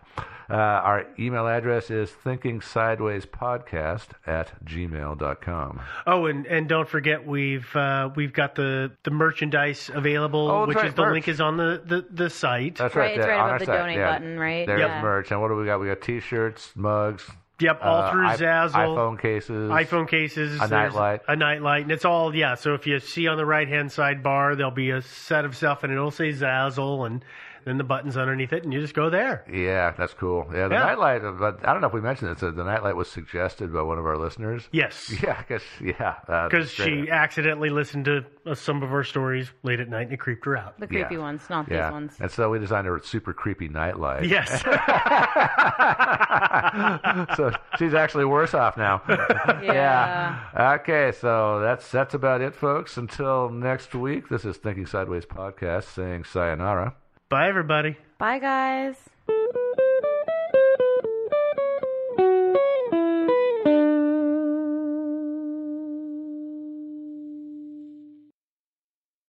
S3: Uh, our email address is thinkingsidewayspodcast at gmail.com.
S5: Oh, and, and don't forget we've uh, we've got the, the merchandise available,
S3: Oh, that's
S5: which
S3: right,
S5: is the
S3: merch.
S5: link is on the, the, the site.
S3: That's
S4: Right,
S3: right.
S4: it's
S3: there
S4: right
S3: on
S4: above
S3: our
S4: the
S3: site.
S4: donate
S3: yeah.
S4: button, right?
S3: There's
S4: Yeah.
S3: merch. And what do we got? We got t shirts, mugs,
S5: yep, all
S3: uh,
S5: through
S3: i-
S5: Zazzle,
S3: iPhone cases,
S5: iPhone cases,
S3: a
S5: there's
S3: nightlight.
S5: a nightlight, and it's all yeah. So if you see on the right hand sidebar, there'll be a set of stuff, and it'll say Zazzle, and then the buttons underneath it, and you just go there.
S3: Yeah, that's cool. Yeah, the
S5: Yeah.
S3: nightlight. But I don't know if we mentioned this. uh, The nightlight was suggested by one of our listeners. (laughs)
S5: Yes,
S3: Yeah, because yeah, uh,
S5: because
S3: straight
S5: she
S3: up.
S5: accidentally listened to uh, some of our stories late at night, and it creeped her out.
S4: the creepy
S3: Yeah.
S4: ones, not
S3: yeah.
S4: these ones.
S3: And so we designed a super creepy nightlight.
S5: Yes,
S3: (laughs) so she's actually worse off now.
S4: Yeah.
S3: Okay, so that's that's about it, folks. Until next week, this is Thinking Sideways podcast saying sayonara.
S5: bye everybody.
S4: Bye, guys.